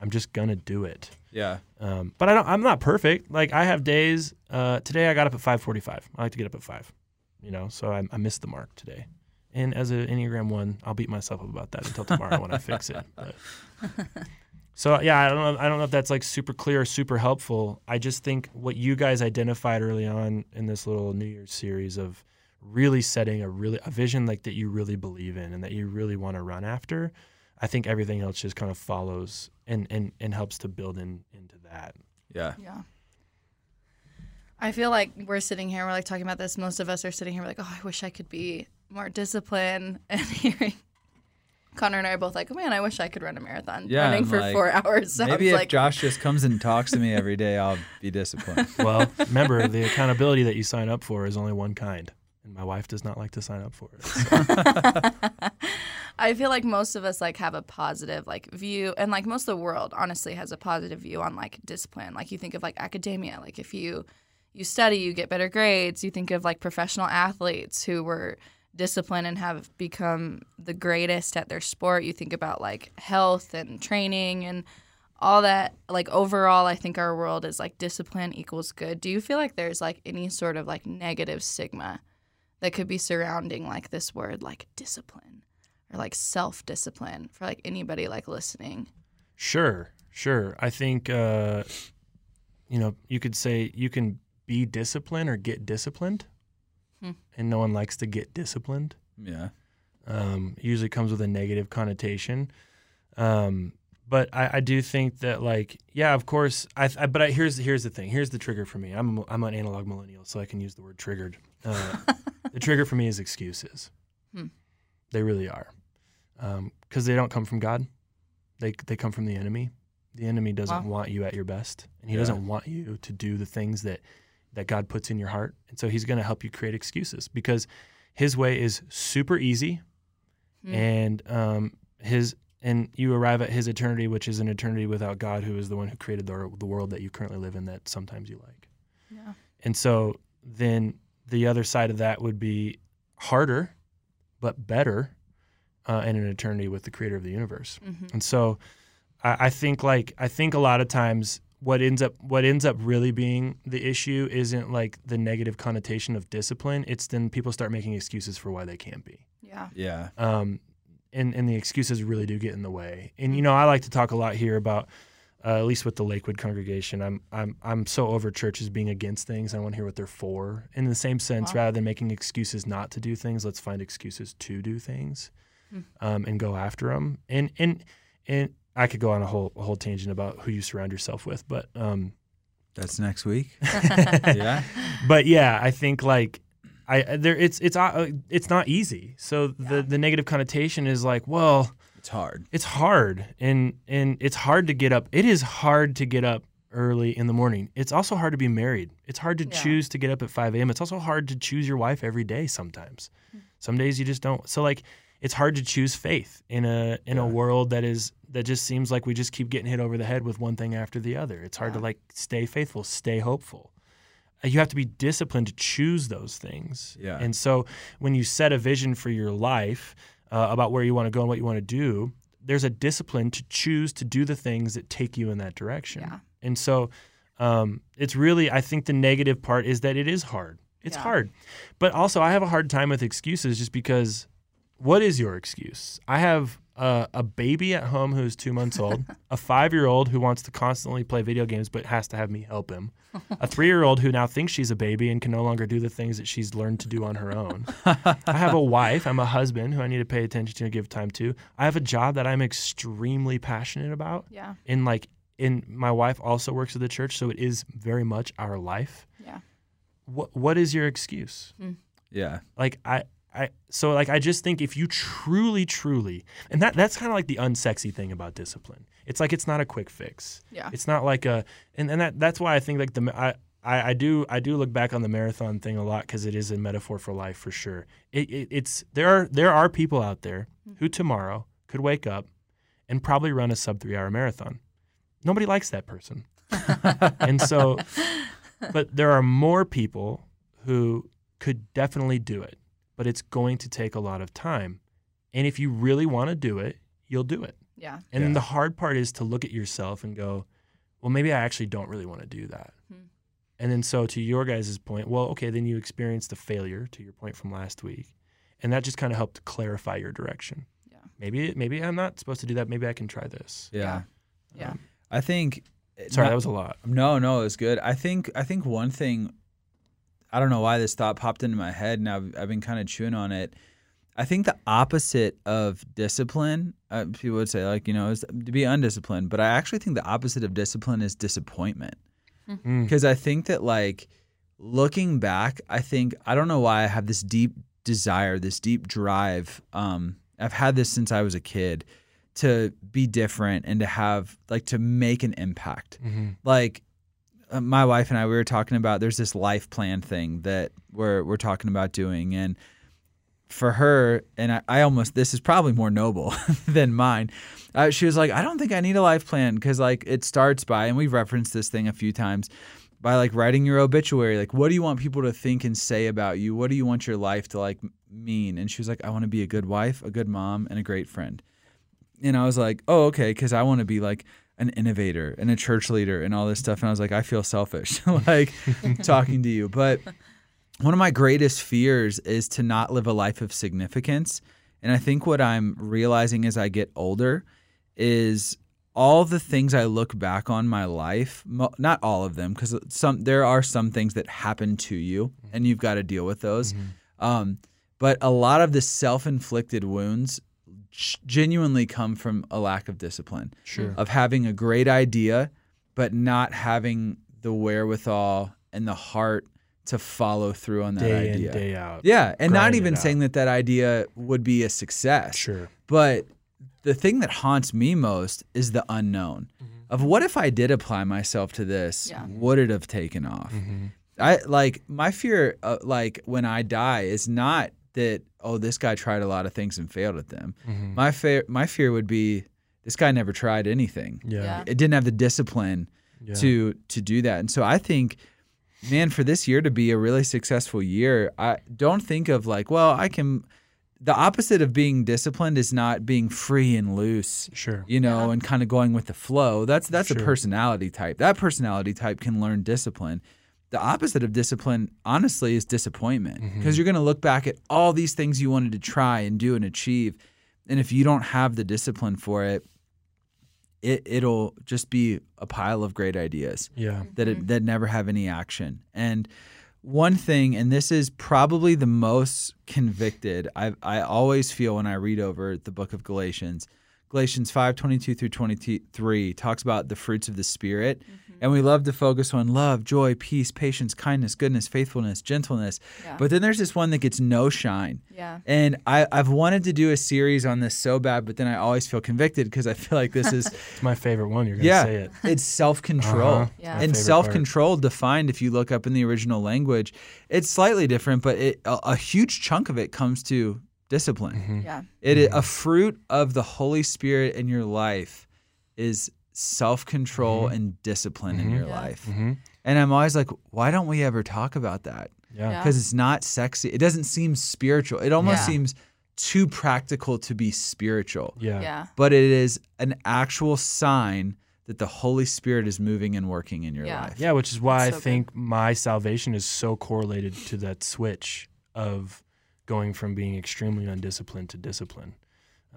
Speaker 3: I'm just gonna do it.
Speaker 2: Yeah.
Speaker 3: Um, but I don't. I'm not perfect. Like I have days. Uh, today I got up at 5:45. I like to get up at five. You know, so I, I missed the mark today. And as an Enneagram one, I'll beat myself up about that until tomorrow when I fix it. But- So yeah, I don't know. I don't know if that's like super clear or super helpful. I just think what you guys identified early on in this little New Year's series of really setting a really a vision like that you really believe in and that you really want to run after. I think everything else just kind of follows and and and helps to build in into that.
Speaker 2: Yeah.
Speaker 4: Yeah. I feel like we're sitting here, we're like talking about this. Most of us are sitting here, we're like, oh, I wish I could be more disciplined. And hearing Connor and I are both like, oh man, I wish I could run a marathon.
Speaker 2: Yeah,
Speaker 4: Running
Speaker 2: I'm
Speaker 4: for
Speaker 2: like,
Speaker 4: four hours sounds
Speaker 2: Maybe if
Speaker 4: like
Speaker 2: Josh just comes and talks to me every day, I'll be disciplined.
Speaker 3: Well, remember the accountability that you sign up for is only one kind, and my wife does not like to sign up for it. So,
Speaker 4: I feel like most of us like have a positive like view and like most of the world honestly has a positive view on like discipline. Like you think of like academia, like if you you study, you get better grades. You think of like professional athletes who were disciplined and have become the greatest at their sport. You think about like health and training and all that like overall I think our world is like discipline equals good. Do you feel like there's like any sort of like negative stigma that could be surrounding like this word like discipline? or like self discipline for like anybody like listening.
Speaker 3: sure, sure. I think uh, you know you could say you can be disciplined or get disciplined,
Speaker 4: Hmm.
Speaker 3: and no one likes to get disciplined.
Speaker 2: yeah.
Speaker 3: um, it usually comes with a negative connotation. Um, but I, I do think that like yeah, of course. I, I but I, here's here's the thing. Here's the trigger for me. I'm a, I'm an analog millennial, so I can use the word triggered. Uh, the trigger for me is excuses.
Speaker 4: Hmm.
Speaker 3: They really are, because they don't come from God. They they come from the enemy. The enemy doesn't
Speaker 4: Wow.
Speaker 3: want you at your best, and he
Speaker 2: Yeah.
Speaker 3: doesn't want you to do the things that that God puts in your heart. And so he's going to help you create excuses because his way is super easy
Speaker 2: Mm-hmm.
Speaker 4: Hmm.
Speaker 3: and um, his and you arrive at his eternity which is an eternity without God who is the one who created the, the world that you currently live in that sometimes you like.
Speaker 4: Yeah.
Speaker 3: And so then the other side of that would be harder but better uh, in an eternity with the creator of the universe.
Speaker 4: Mm-hmm.
Speaker 3: And so I, I think like I think a lot of times what ends up what ends up really being the issue isn't like the negative connotation of discipline. It's then people start making excuses for why they can't be.
Speaker 4: Yeah.
Speaker 2: Yeah.
Speaker 3: Um, and, and the excuses really do get in the way. And
Speaker 4: Mm.
Speaker 3: you know, I like to talk a lot here about uh, at least with the Lakewood congregation. I'm I'm I'm so over churches being against things. I want to hear what they're for. In the same sense,
Speaker 4: Wow.
Speaker 3: rather than making excuses not to do things, let's find excuses to do things,
Speaker 4: Hmm.
Speaker 3: um, and go after them. And and and I could go on a whole a whole tangent about who you surround yourself with, but um,
Speaker 2: That's next week. yeah.
Speaker 3: but yeah, I think like I I- there it's it's uh, it's not easy. So the the negative connotation is like, well,
Speaker 2: It's hard.
Speaker 3: it's hard and and it's hard to get up it is hard to get up early in the morning it's also hard to be married it's hard to
Speaker 4: Yeah.
Speaker 3: choose to get up at 5 a.m it's also hard to choose your wife every day sometimes some days you just don't so like it's hard to choose faith in a in a world that is that just seems like we just keep getting hit over the head with one thing after the other it's hard to
Speaker 4: Yeah.
Speaker 3: like stay faithful stay hopeful Uh, you have to be disciplined to choose those things
Speaker 2: Yeah.
Speaker 3: and so when you set a vision for your life uh, about where you want to go and what you want to do, there's a discipline to choose to do the things that take you in that direction.
Speaker 4: Yeah.
Speaker 3: And so um, it's really, I think the negative part is that it is hard. It's
Speaker 4: Yeah.
Speaker 3: hard. But also, I have a hard time with excuses just because what is your excuse? I have a, a baby at home who's two months old, a five year old who wants to constantly play video games but has to have me help him, a three year old who now thinks she's a baby and can no longer do the things that she's learned to do on her own. I have a wife, I'm a husband who I need to pay attention to and give time to. I have a job that I'm extremely passionate about.
Speaker 4: Yeah.
Speaker 3: And like, and my wife also works at the church, so it is very much our life.
Speaker 4: Yeah.
Speaker 3: What, what is your excuse?
Speaker 2: Yeah.
Speaker 3: like I I so like I just think if you truly truly and that that's kind of like the unsexy thing about discipline. It's like it's not a quick fix.
Speaker 4: Yeah.
Speaker 3: It's not like a and, and that that's why I think like the ma- I, I I do I do look back on the marathon thing a lot because it is a metaphor for life for sure. It, it it's there are there are people out there who tomorrow could wake up and probably run a sub three hour marathon. Nobody likes that person. and so, but there are more people who could definitely do it, but it's going to take a lot of time. And if you really want to do it, you'll do it.
Speaker 4: Yeah.
Speaker 3: And
Speaker 2: Yeah.
Speaker 3: the hard part is to look at yourself and go, well, maybe I actually don't really want to do that.
Speaker 4: Hmm.
Speaker 3: And then, so to your guys' point, well, okay, then you experienced a failure to your point from last week. And that just kind of helped clarify your direction.
Speaker 4: Yeah.
Speaker 3: Maybe, maybe I'm not supposed to do that. Maybe I can try this.
Speaker 2: Yeah.
Speaker 4: Yeah.
Speaker 2: I think. eh,
Speaker 3: Sorry, that was a lot.
Speaker 2: No, no, it was good. I think I think one thing I don't know why this thought popped into my head and I've I've been kind of chewing on it. I think the opposite of discipline, uh, people would say, like, you know, is to be undisciplined. But I actually think the opposite of discipline is disappointment.
Speaker 3: Mm.
Speaker 2: Because I think that, like, looking back, I think, I don't know why I have this deep desire, this deep drive. Um, I've had this since I was a kid to be different and to have, like, to make an impact
Speaker 3: Mhm.
Speaker 2: like uh, my wife and I we were talking about there's this life plan thing that we're we're talking about doing and for her and I, I almost this is probably more noble than mine uh, she was like I don't think I need a life plan because like it starts by and we've referenced this thing a few times by like writing your obituary like what do you want people to think and say about you what do you want your life to like m- mean and she was like I want to be a good wife a good mom and a great friend and I was like, oh, okay, because I want to be like an innovator and a church leader and all this stuff. And I was like, I feel selfish, like talking to you. But one of my greatest fears is to not live a life of significance. And I think what I'm realizing as I get older is all the things I look back on my life, mo- not all of them, because some there are some things that happen to you and you've got to deal with those. Um, but a lot of the self-inflicted wounds g- genuinely come from a lack of discipline
Speaker 3: Sure.
Speaker 2: of having a great idea but not having the wherewithal and the heart to follow through on that
Speaker 3: Day
Speaker 2: idea
Speaker 3: in, day out.
Speaker 2: yeah and
Speaker 3: Grind
Speaker 2: not
Speaker 3: it
Speaker 2: even
Speaker 3: out.
Speaker 2: saying that that idea would be a success
Speaker 3: Sure.
Speaker 2: but the thing that haunts me most is the unknown
Speaker 3: Mm-hmm.
Speaker 2: of what if i did apply myself to this
Speaker 4: Yeah.
Speaker 2: would it have taken off
Speaker 3: Mm-hmm.
Speaker 2: i like my fear uh, like when i die is not that oh this guy tried a lot of things and failed at them
Speaker 3: Mhm.
Speaker 2: my fear my fear would be this guy never tried anything
Speaker 3: Yeah.
Speaker 4: Yeah.
Speaker 2: it didn't have the discipline
Speaker 3: yeah.
Speaker 2: to to do that. And so I think, man, for this year to be a really successful year, I don't think of like, well, I can. The opposite of being disciplined is not being free and loose,
Speaker 3: Sure.
Speaker 2: you know, and kind of going with the flow. That's that's a
Speaker 3: Sure.
Speaker 2: personality type. That personality type can learn discipline. The opposite of discipline, honestly, is disappointment
Speaker 3: Mm-hmm.
Speaker 2: because you're going to look back at all these things you wanted to try and do and achieve, and if you don't have the discipline for it, it it'll just be a pile of great ideas
Speaker 3: Yeah.
Speaker 2: that it, that never have any action. And one thing, and this is probably the most convicted I I always feel when I read over the book of Galatians. Galatians 5, 22 through 23 talks about the fruits of the Spirit. And we love to focus on love, joy, peace, patience, kindness, goodness, faithfulness, gentleness.
Speaker 4: Yeah.
Speaker 2: But then there's this one that gets no shine.
Speaker 4: Yeah.
Speaker 2: And I, I've wanted to do a series on this so bad, but then I always feel convicted because I feel like this is
Speaker 3: It's my favorite one. You're gonna
Speaker 2: yeah,
Speaker 3: say it.
Speaker 2: it's self control.
Speaker 3: Uh-huh.
Speaker 4: Yeah. My
Speaker 2: And
Speaker 3: favorite
Speaker 2: self control defined, if you look up in the original language, it's slightly different, but it, a, a huge chunk of it comes to
Speaker 3: Mm-hmm.
Speaker 2: discipline.
Speaker 4: Yeah.
Speaker 2: It is a fruit of the Holy Spirit in your life is self control
Speaker 3: Mm-hmm.
Speaker 2: and discipline in your life.
Speaker 3: Mhm.
Speaker 2: And I'm always like, why don't we ever talk about that?
Speaker 3: Yeah.
Speaker 4: Yeah.
Speaker 2: Because it's not sexy. It doesn't seem spiritual. It almost
Speaker 4: Yeah.
Speaker 2: seems too practical to be spiritual
Speaker 3: Yeah.
Speaker 4: Yeah.
Speaker 2: but it is an actual sign that the Holy Spirit is moving and working in your
Speaker 4: Yeah.
Speaker 2: life.
Speaker 3: Yeah, which is why I
Speaker 4: so good.
Speaker 3: think my salvation is so correlated to that switch of going from being extremely undisciplined to discipline.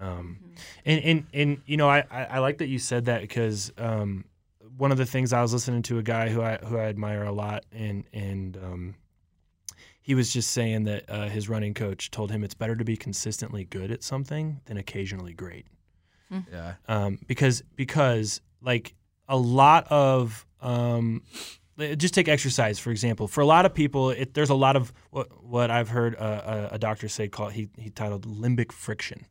Speaker 3: Um,
Speaker 4: Mm-hmm.
Speaker 3: and, and and you know, I, I, I like that you said that because um, one of the things I was listening to a guy who I who I admire a lot, and and um, he was just saying that uh, his running coach told him it's better to be consistently good at something than occasionally great
Speaker 2: Yeah.
Speaker 3: um, because because like a lot of um, just take exercise for example. For a lot of people, it, there's a lot of what, what I've heard uh, a, a doctor say called he he titled limbic friction.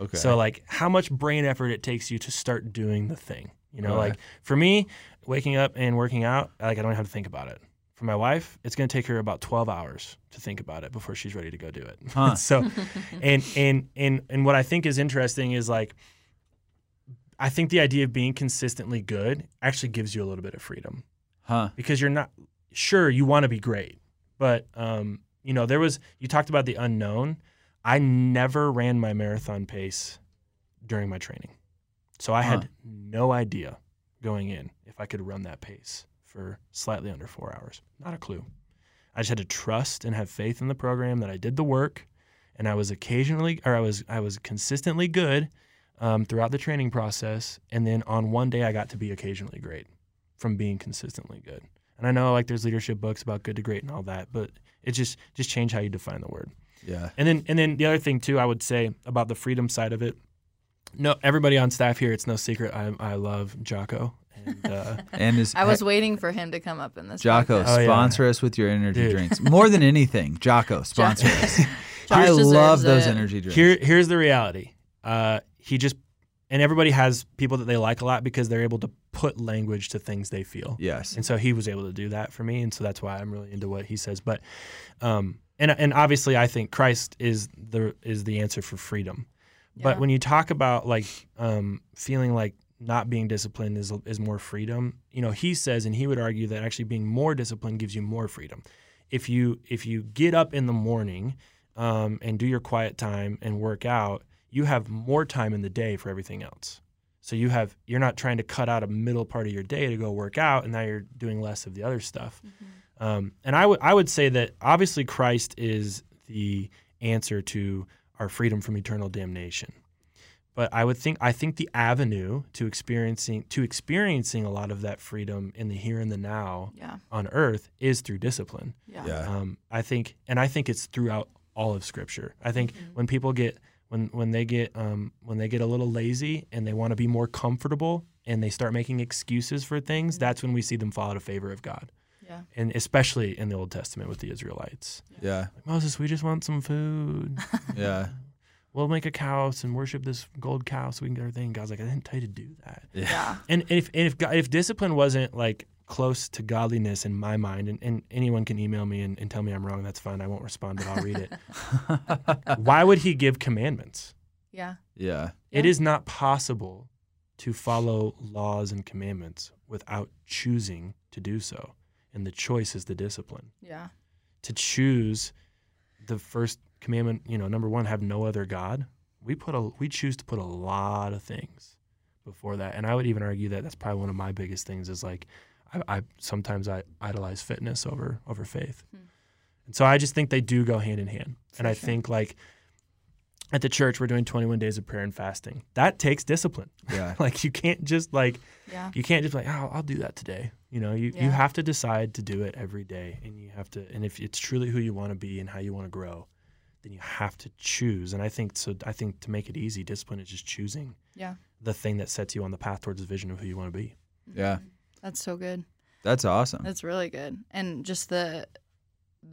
Speaker 2: Okay.
Speaker 3: So like how much brain effort it takes you to start doing the thing. You know,
Speaker 2: Right.
Speaker 3: like for me, waking up and working out, like I don't have to think about it. For my wife, it's going to take her about 12 hours to think about it before she's ready to go do it.
Speaker 2: Huh.
Speaker 3: so and and and and what I think is interesting is like I think the idea of being consistently good actually gives you a little bit of freedom
Speaker 2: huh.
Speaker 3: because you're not sure you want to be great but um, you know there was you talked about the unknown i never ran my marathon pace during my training so i
Speaker 2: Huh.
Speaker 3: had no idea going in if i could run that pace for slightly under four hours not a clue i just had to trust and have faith in the program that i did the work and i was occasionally or i was i was consistently good um, throughout the training process and then on one day i got to be occasionally great from being consistently good and I know like there's leadership books about good to great and all that, but it just just change how you define the word.
Speaker 2: Yeah.
Speaker 3: And then and then the other thing too, I would say about the freedom side of it. No, everybody on staff here, it's no secret. I I love Jocko. And, uh,
Speaker 2: And is
Speaker 4: I was waiting for him to come up in this.
Speaker 2: Jocko,
Speaker 4: podcast.
Speaker 3: Oh, yeah.
Speaker 2: sponsor us with your energy
Speaker 3: Dude.
Speaker 2: drinks. More than anything, Jocko, sponsor us. I
Speaker 4: Josh
Speaker 2: love
Speaker 4: deserves
Speaker 2: those
Speaker 4: it.
Speaker 2: energy drinks.
Speaker 3: here here's the reality. Uh, he just and everybody has people that they like a lot because they're able to put language to things they feel.
Speaker 2: yes.
Speaker 3: And so he was able to do that for me, and so that's why I'm really into what he says. But, um, and and obviously, I think Christ is the is the answer for freedom. But
Speaker 4: Yeah.
Speaker 3: when you talk about like um, feeling like not being disciplined is is more freedom, you know, he says, and he would argue that actually being more disciplined gives you more freedom. If you if you get up in the morning um, and do your quiet time and work out, you have more time in the day for everything else. So you have you're not trying to cut out a middle part of your day to go work out, and now you're doing less of the other stuff. Um, and I would I would say that obviously Christ is the answer to our freedom from eternal damnation. But I would think I think the avenue to experiencing to experiencing a lot of that freedom in the here and the now
Speaker 4: Yeah.
Speaker 3: on earth is through discipline.
Speaker 4: Yeah.
Speaker 2: Yeah.
Speaker 3: Um, I think, and I think it's throughout all of Scripture. I think
Speaker 4: Mm-hmm.
Speaker 3: when people get when when they get um, when they get a little lazy and they want to be more comfortable and they start making excuses for things, that's when we see them fall out of favor of God,
Speaker 4: Mm-hmm. Yeah.
Speaker 3: and especially in the Old Testament with the Israelites.
Speaker 2: Yeah.
Speaker 3: Like, Moses, we just want some food.
Speaker 2: Yeah.
Speaker 3: We'll make a house and worship this gold cow so we can get our thing. God's like, I didn't tell you to do that.
Speaker 4: Yeah.
Speaker 3: And if and if God- if discipline wasn't like close to godliness in my mind, and, and anyone can email me and, and tell me I'm wrong, that's fine. I won't respond, but I'll read it. Why would he give commandments?
Speaker 4: Yeah.
Speaker 2: Yeah.
Speaker 3: It
Speaker 4: Yeah.
Speaker 3: is not possible to follow laws and commandments without choosing to do so. And the choice is the discipline.
Speaker 4: Yeah.
Speaker 3: To choose the first commandment, you know, number one, have no other God. We put a we choose to put a lot of things before that. And I would even argue that that's probably one of my biggest things is like I, I sometimes I idolize fitness over over faith. And so I just think they do go hand in hand. and I
Speaker 4: sure.
Speaker 3: think like at the church we're doing 21 days of prayer and fasting. That takes discipline.
Speaker 2: Yeah.
Speaker 3: Like you can't just like
Speaker 4: Yeah.
Speaker 3: you can't just be like, oh, I'll do that today. You know, you, you
Speaker 4: Yeah.
Speaker 3: have to decide to do it every day. And you have to, and if it's truly who you want to be and how you want to grow, then you have to choose. And I think, so I think to make it easy, discipline is just choosing
Speaker 4: Yeah.
Speaker 3: the thing that sets you on the path towards the vision of who you want to be.
Speaker 2: Yeah.
Speaker 4: That's so good.
Speaker 2: That's awesome.
Speaker 4: That's really good. And just the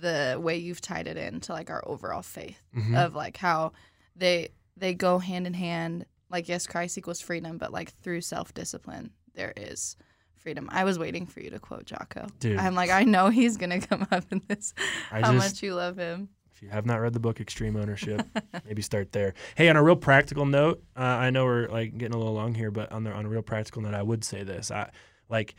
Speaker 4: the way you've tied it into like our overall faith
Speaker 3: Mhm.
Speaker 4: of like how they they go hand in hand. Like yes, Christ equals freedom, but like through self discipline there is freedom. I was waiting for you to quote Jocko.
Speaker 3: Dude.
Speaker 4: I'm like, I know he's gonna come up in this.
Speaker 3: I
Speaker 4: how
Speaker 3: just-
Speaker 4: much you love him.
Speaker 3: If you have not read the book Extreme Ownership, maybe start there. Hey, on a real practical note, uh, I know we're like getting a little long here, but on the, on a real practical note, I would say this: I like,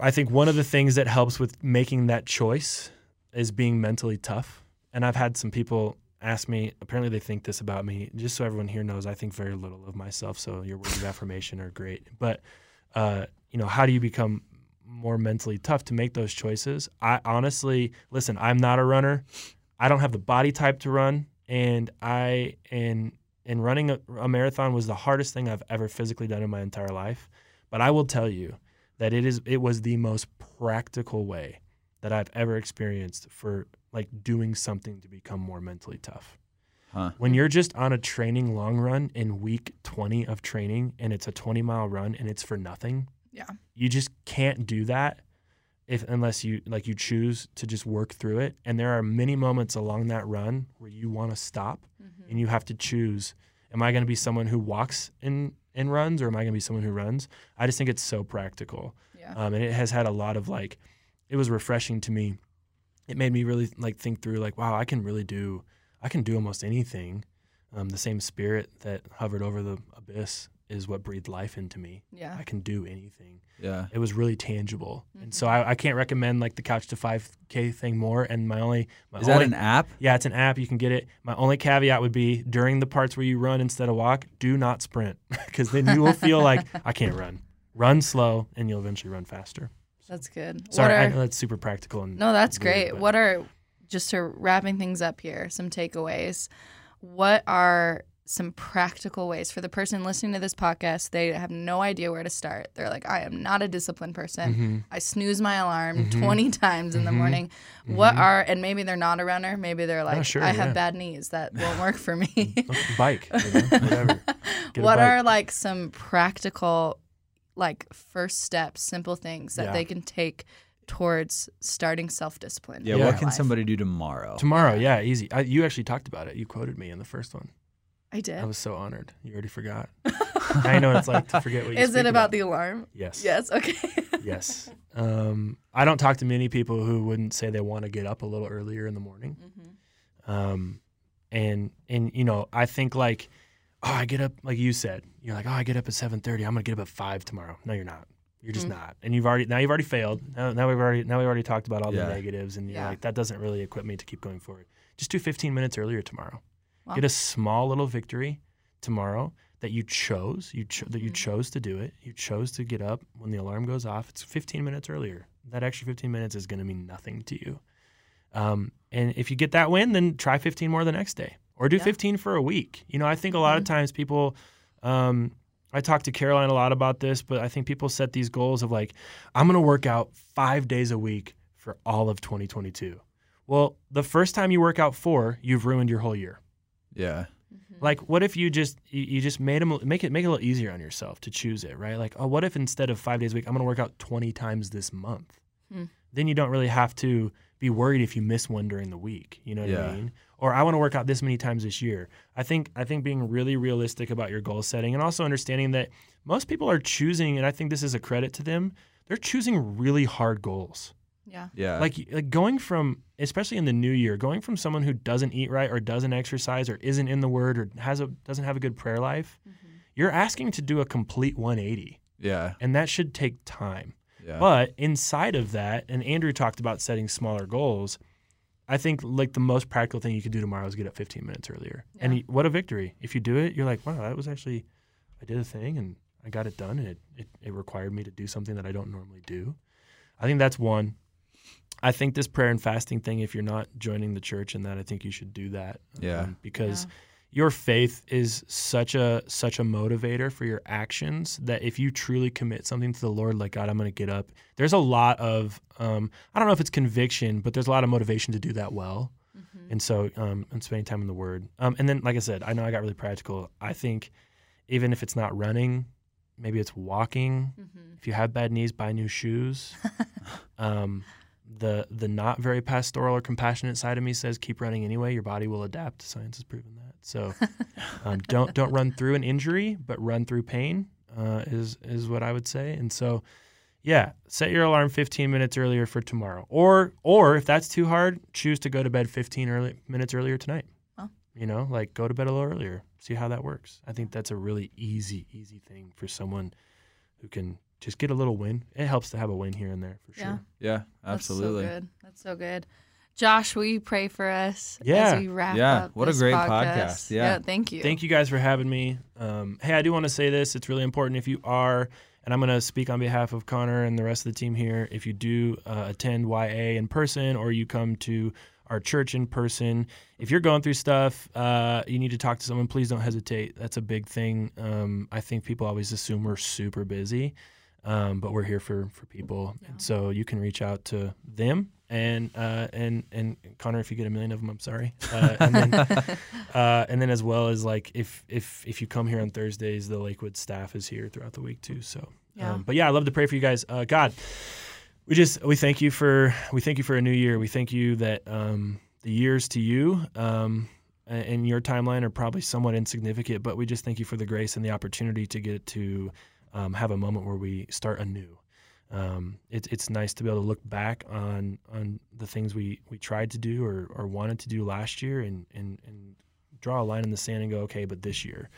Speaker 3: I think one of the things that helps with making that choice is being mentally tough. And I've had some people ask me. Apparently, they think this about me. Just so everyone here knows, I think very little of myself. So your words of affirmation are great, but uh, you know, how do you become more mentally tough to make those choices? I honestly, listen, I'm not a runner. I don't have the body type to run, and I and and running a, a marathon was the hardest thing I've ever physically done in my entire life. But I will tell you that it is it was the most practical way that I've ever experienced for like doing something to become more mentally tough
Speaker 2: Huh.
Speaker 3: when you're just on a training long run in week 20 of training and it's a 20 mile run and it's for nothing
Speaker 4: Yeah.
Speaker 3: you just can't do that if unless you like you choose to just work through it and there are many moments along that run where you want to stop and you have to choose am i going to be someone who walks and and runs or am i going to be someone who runs i just think it's so practical
Speaker 4: Yeah.
Speaker 3: um, and it has had a lot of like it was refreshing to me it made me really like think through like wow i can really do i can do almost anything um, the same spirit that hovered over the abyss is what breathed life into me
Speaker 4: Yeah.
Speaker 3: i can do anything
Speaker 2: Yeah.
Speaker 3: it was really tangible and so
Speaker 4: Mm-hmm.
Speaker 3: I, I can't recommend like the couch to 5k thing more and my only my
Speaker 2: Is that
Speaker 3: only-
Speaker 2: an app?
Speaker 3: yeah it's an app you can get it my only caveat would be during the parts where you run instead of walk do not sprint because then you will feel like i can't run run slow and you'll eventually run faster
Speaker 4: That's good.
Speaker 3: Sorry,
Speaker 4: what
Speaker 3: I
Speaker 4: are,
Speaker 3: know that's super practical. And
Speaker 4: No, that's
Speaker 3: weird,
Speaker 4: great.
Speaker 3: but-
Speaker 4: What are just to wrapping things up here, some takeaways. What are some practical ways for the person listening to this podcast. They have no idea where to start. They're like, I am not a disciplined person.
Speaker 3: Mm-hmm.
Speaker 4: I snooze my alarm 20 times in the morning. What are, and maybe they're not a runner. Maybe they're like,
Speaker 3: Mm-hmm. Oh, sure,
Speaker 4: I have
Speaker 3: yeah.
Speaker 4: bad knees. That won't work for me.
Speaker 3: Bike, you know, whatever. Get a
Speaker 4: what
Speaker 3: bike.
Speaker 4: are like some practical, like first steps, simple things that
Speaker 3: Yeah.
Speaker 4: they can take towards starting self discipline?
Speaker 2: Yeah,
Speaker 3: Yeah.
Speaker 2: what can somebody do tomorrow?
Speaker 3: tomorrow? Yeah, easy. I, you actually talked about it. You quoted me in the first one.
Speaker 4: I did.
Speaker 3: I was so honored. You already forgot. I know what it's like to forget what you.
Speaker 4: Is it
Speaker 3: speak
Speaker 4: about, the alarm?
Speaker 3: Yes.
Speaker 4: Yes. Okay.
Speaker 3: yes. Um, I don't talk to many people who wouldn't say they want to get up a little earlier in the morning.
Speaker 4: Mm-hmm.
Speaker 3: Um, and and you know, I think like, oh, I get up like you said. You're like, oh, I get up at seven thirty. I'm gonna get up at five tomorrow. No, you're not. You're just not. And you've already now you've already failed. Now, now we've already now we've already talked about all
Speaker 2: Yeah.
Speaker 3: the negatives, and you're
Speaker 4: Yeah.
Speaker 3: like, that doesn't really equip me to keep going forward. Just do 15 minutes earlier tomorrow.
Speaker 4: Wow.
Speaker 3: Get a small little victory tomorrow that you chose you cho- that you
Speaker 4: Mm-hmm.
Speaker 3: chose to do it you chose to get up when the alarm goes off it's 15 minutes earlier that extra 15 minutes is going to mean nothing to you um, and if you get that win then try 15 more the next day or do
Speaker 4: Yeah. Mm-hmm.
Speaker 3: 15 for a week you know i think a lot of times people um, i talk to caroline a lot about this but i think people set these goals of like i'm going to work out five days a week for all of 2022 well the first time you work out four you've ruined your whole year
Speaker 2: Yeah.
Speaker 3: like, what if you just you, you just made 'em- make it make it a little easier on yourself to choose it, right? Like, oh, what if instead of five days a week, I'm going to work out 20 times this month?
Speaker 4: Hmm.
Speaker 3: Then you don't really have to be worried if you miss one during the week. You know what
Speaker 2: Yeah.
Speaker 3: I mean? Or I want to work out this many times this year. I think I think being really realistic about your goal setting and also understanding that most people are choosing, and I think this is a credit to them. They're choosing really hard goals
Speaker 4: Yeah.
Speaker 2: Yeah.
Speaker 3: like like going from especially in the new year going from someone who doesn't eat right or doesn't exercise or isn't in the word or has a doesn't have a good prayer life
Speaker 2: Mm-hmm.
Speaker 3: you're asking to do a complete 180
Speaker 2: yeah.
Speaker 3: and that should take time
Speaker 2: Yeah.
Speaker 3: but inside of that and andrew talked about setting smaller goals i think like the most practical thing you could do tomorrow is get up 15 minutes earlier and
Speaker 4: Yeah.
Speaker 3: y- what a victory if you do it you're like wow that was actually i did a thing and i got it done and it, it, it required me to do something that i don't normally do i think that's one I think this prayer and fasting thing, if you're not joining the church in that, I think you should do that. um,
Speaker 2: Yeah.
Speaker 3: because your faith is such a such a motivator for your actions that if you truly commit something to the Lord, like God, I'm going to get up. There's a lot of um, I don't know if it's conviction, but there's a lot of motivation to do that well. And so, um, and spending time in the Word. Um, and then, like I said, I know I got really practical. I think even if it's not running, maybe it's walking. If you have bad knees, buy new shoes. um, the the not very pastoral or compassionate side of me says keep running anyway. Your body will adapt. Science has proven that. So um, don't don't run through an injury, but run through pain uh, is is what I would say. And so. Yeah, set your alarm 15 minutes earlier for tomorrow. Or or if that's too hard, choose to go to bed 15 early, minutes earlier tonight. You know, like go to bed a little earlier. See how that works. I think that's a really easy, easy thing for someone who can just get a little win. It helps to have a win here and there for
Speaker 4: Yeah.
Speaker 3: sure.
Speaker 2: yeah. Absolutely.
Speaker 4: That's so good. That's so good. Josh, will you pray for us
Speaker 3: Yeah.
Speaker 4: as we wrap
Speaker 2: Yeah.
Speaker 4: up?
Speaker 2: What a
Speaker 4: this
Speaker 2: great podcast. Yeah.
Speaker 4: Thank you.
Speaker 3: Thank you guys for having me. Um, hey, I do want to say this. It's really important if you are, and I'm going to speak on behalf of Connor and the rest of the team here. If you do uh, attend YA in person or you come to our church in person, if you're going through stuff, uh, you need to talk to someone, please don't hesitate. That's a big thing. Um, I think people always assume we're super busy. Um, but we're here for, for people, and so you can reach out to them and uh, and and Connor, if you get a million of them, I'm sorry. Uh, and then uh, and then as well as like if if if you come here on Thursdays, the Lakewood staff is here throughout the week too. So,
Speaker 4: Yeah.
Speaker 3: um, but yeah, I love to pray for you guys. Uh, God, we just we thank you for we thank you for a new year. We thank you that um, the years to you. Um, a- and your timeline are probably somewhat insignificant, but we just thank you for the grace and the opportunity to get to um, have a moment where we start anew. Um, it, it's nice to be able to look back on on the things we, we tried to do or, or wanted to do last year and, and, and draw a line in the sand and go, okay, but this year.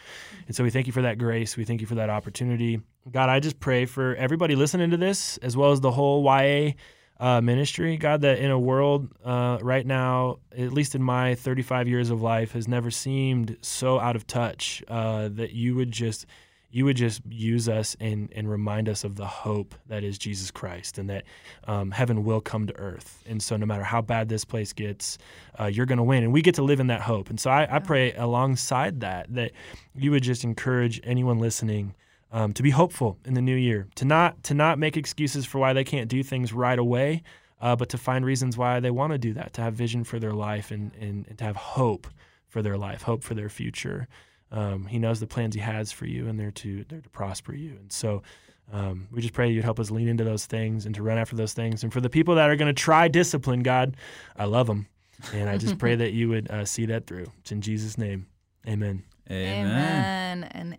Speaker 3: And so we thank you for that grace. We thank you for that opportunity. God, I just pray for everybody listening to this, as well as the whole YA uh, ministry. God, that in a world uh, right now, at least in my 35 years of life, has never seemed so out of touch uh, that you would just you would just use us and, and remind us of the hope that is Jesus Christ and that um, heaven will come to earth. And so, no matter how bad this place gets, uh, you're going to win. And we get to live in that hope. And so, I, I pray alongside that, that you would just encourage anyone listening. Um, to be hopeful in the new year, to not to not make excuses for why they can't do things right away, uh, but to find reasons why they want to do that, to have vision for their life and, and, and to have hope for their life, hope for their future. Um, he knows the plans he has for you, and they're to they're to prosper you. And so, um, we just pray you'd help us lean into those things and to run after those things. And for the people that are going to try discipline, God, I love them, and I just pray that you would uh, see that through. It's in Jesus' name, Amen.
Speaker 2: Amen.
Speaker 4: and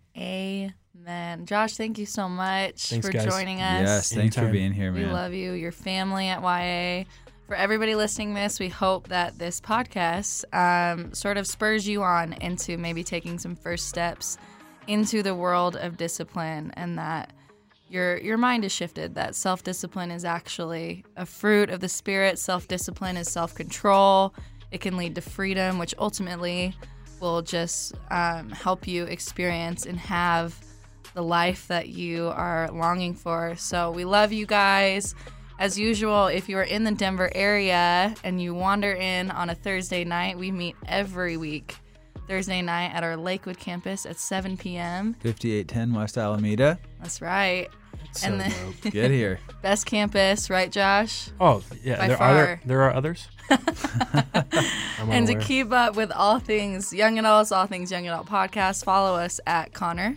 Speaker 4: amen. Josh, thank you so much
Speaker 3: Thanks,
Speaker 4: for
Speaker 3: guys.
Speaker 4: joining us.
Speaker 2: Yes, thanks for
Speaker 3: Anytime.
Speaker 2: being here,
Speaker 4: We
Speaker 2: man.
Speaker 4: love you, your family at YA. For everybody listening this, we hope that this podcast um, sort of spurs you on into maybe taking some first steps into the world of discipline and that your your mind is shifted that self-discipline is actually a fruit of the spirit self-discipline is self-control it can lead to freedom which ultimately will just um, help you experience and have the life that you are longing for so we love you guys as usual if you are in the denver area and you wander in on a thursday night we meet every week thursday night at our lakewood campus at 7 p.m
Speaker 2: 5810 West Alameda.
Speaker 4: that's right
Speaker 3: So
Speaker 4: And then-
Speaker 3: dope.
Speaker 2: Get here.
Speaker 4: Best campus, right, Josh?
Speaker 3: Oh yeah,
Speaker 4: By
Speaker 3: there are
Speaker 4: far.
Speaker 3: there, there are others. I'm
Speaker 4: And to
Speaker 3: unaware.
Speaker 4: keep up with all things young adults, all things young adult podcast, follow us at Connor.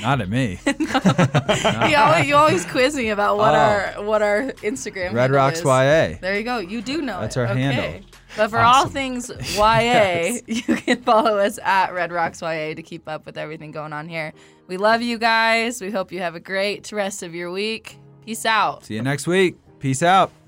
Speaker 2: Not at me.
Speaker 4: you, always, you always quiz me about what
Speaker 2: Ah. Oh.
Speaker 4: our what our Instagram.
Speaker 2: Red
Speaker 4: handle
Speaker 2: Rocks
Speaker 4: is.
Speaker 2: YA.
Speaker 4: There you go. You do know.
Speaker 2: That's
Speaker 4: it.
Speaker 2: our
Speaker 4: okay.
Speaker 2: handle.
Speaker 4: But for all things YA, you can follow us at Red Rocks YA to keep up with everything going on here. We love you guys. We hope you have a great rest of your week. Peace out.
Speaker 2: See you next week. Peace out.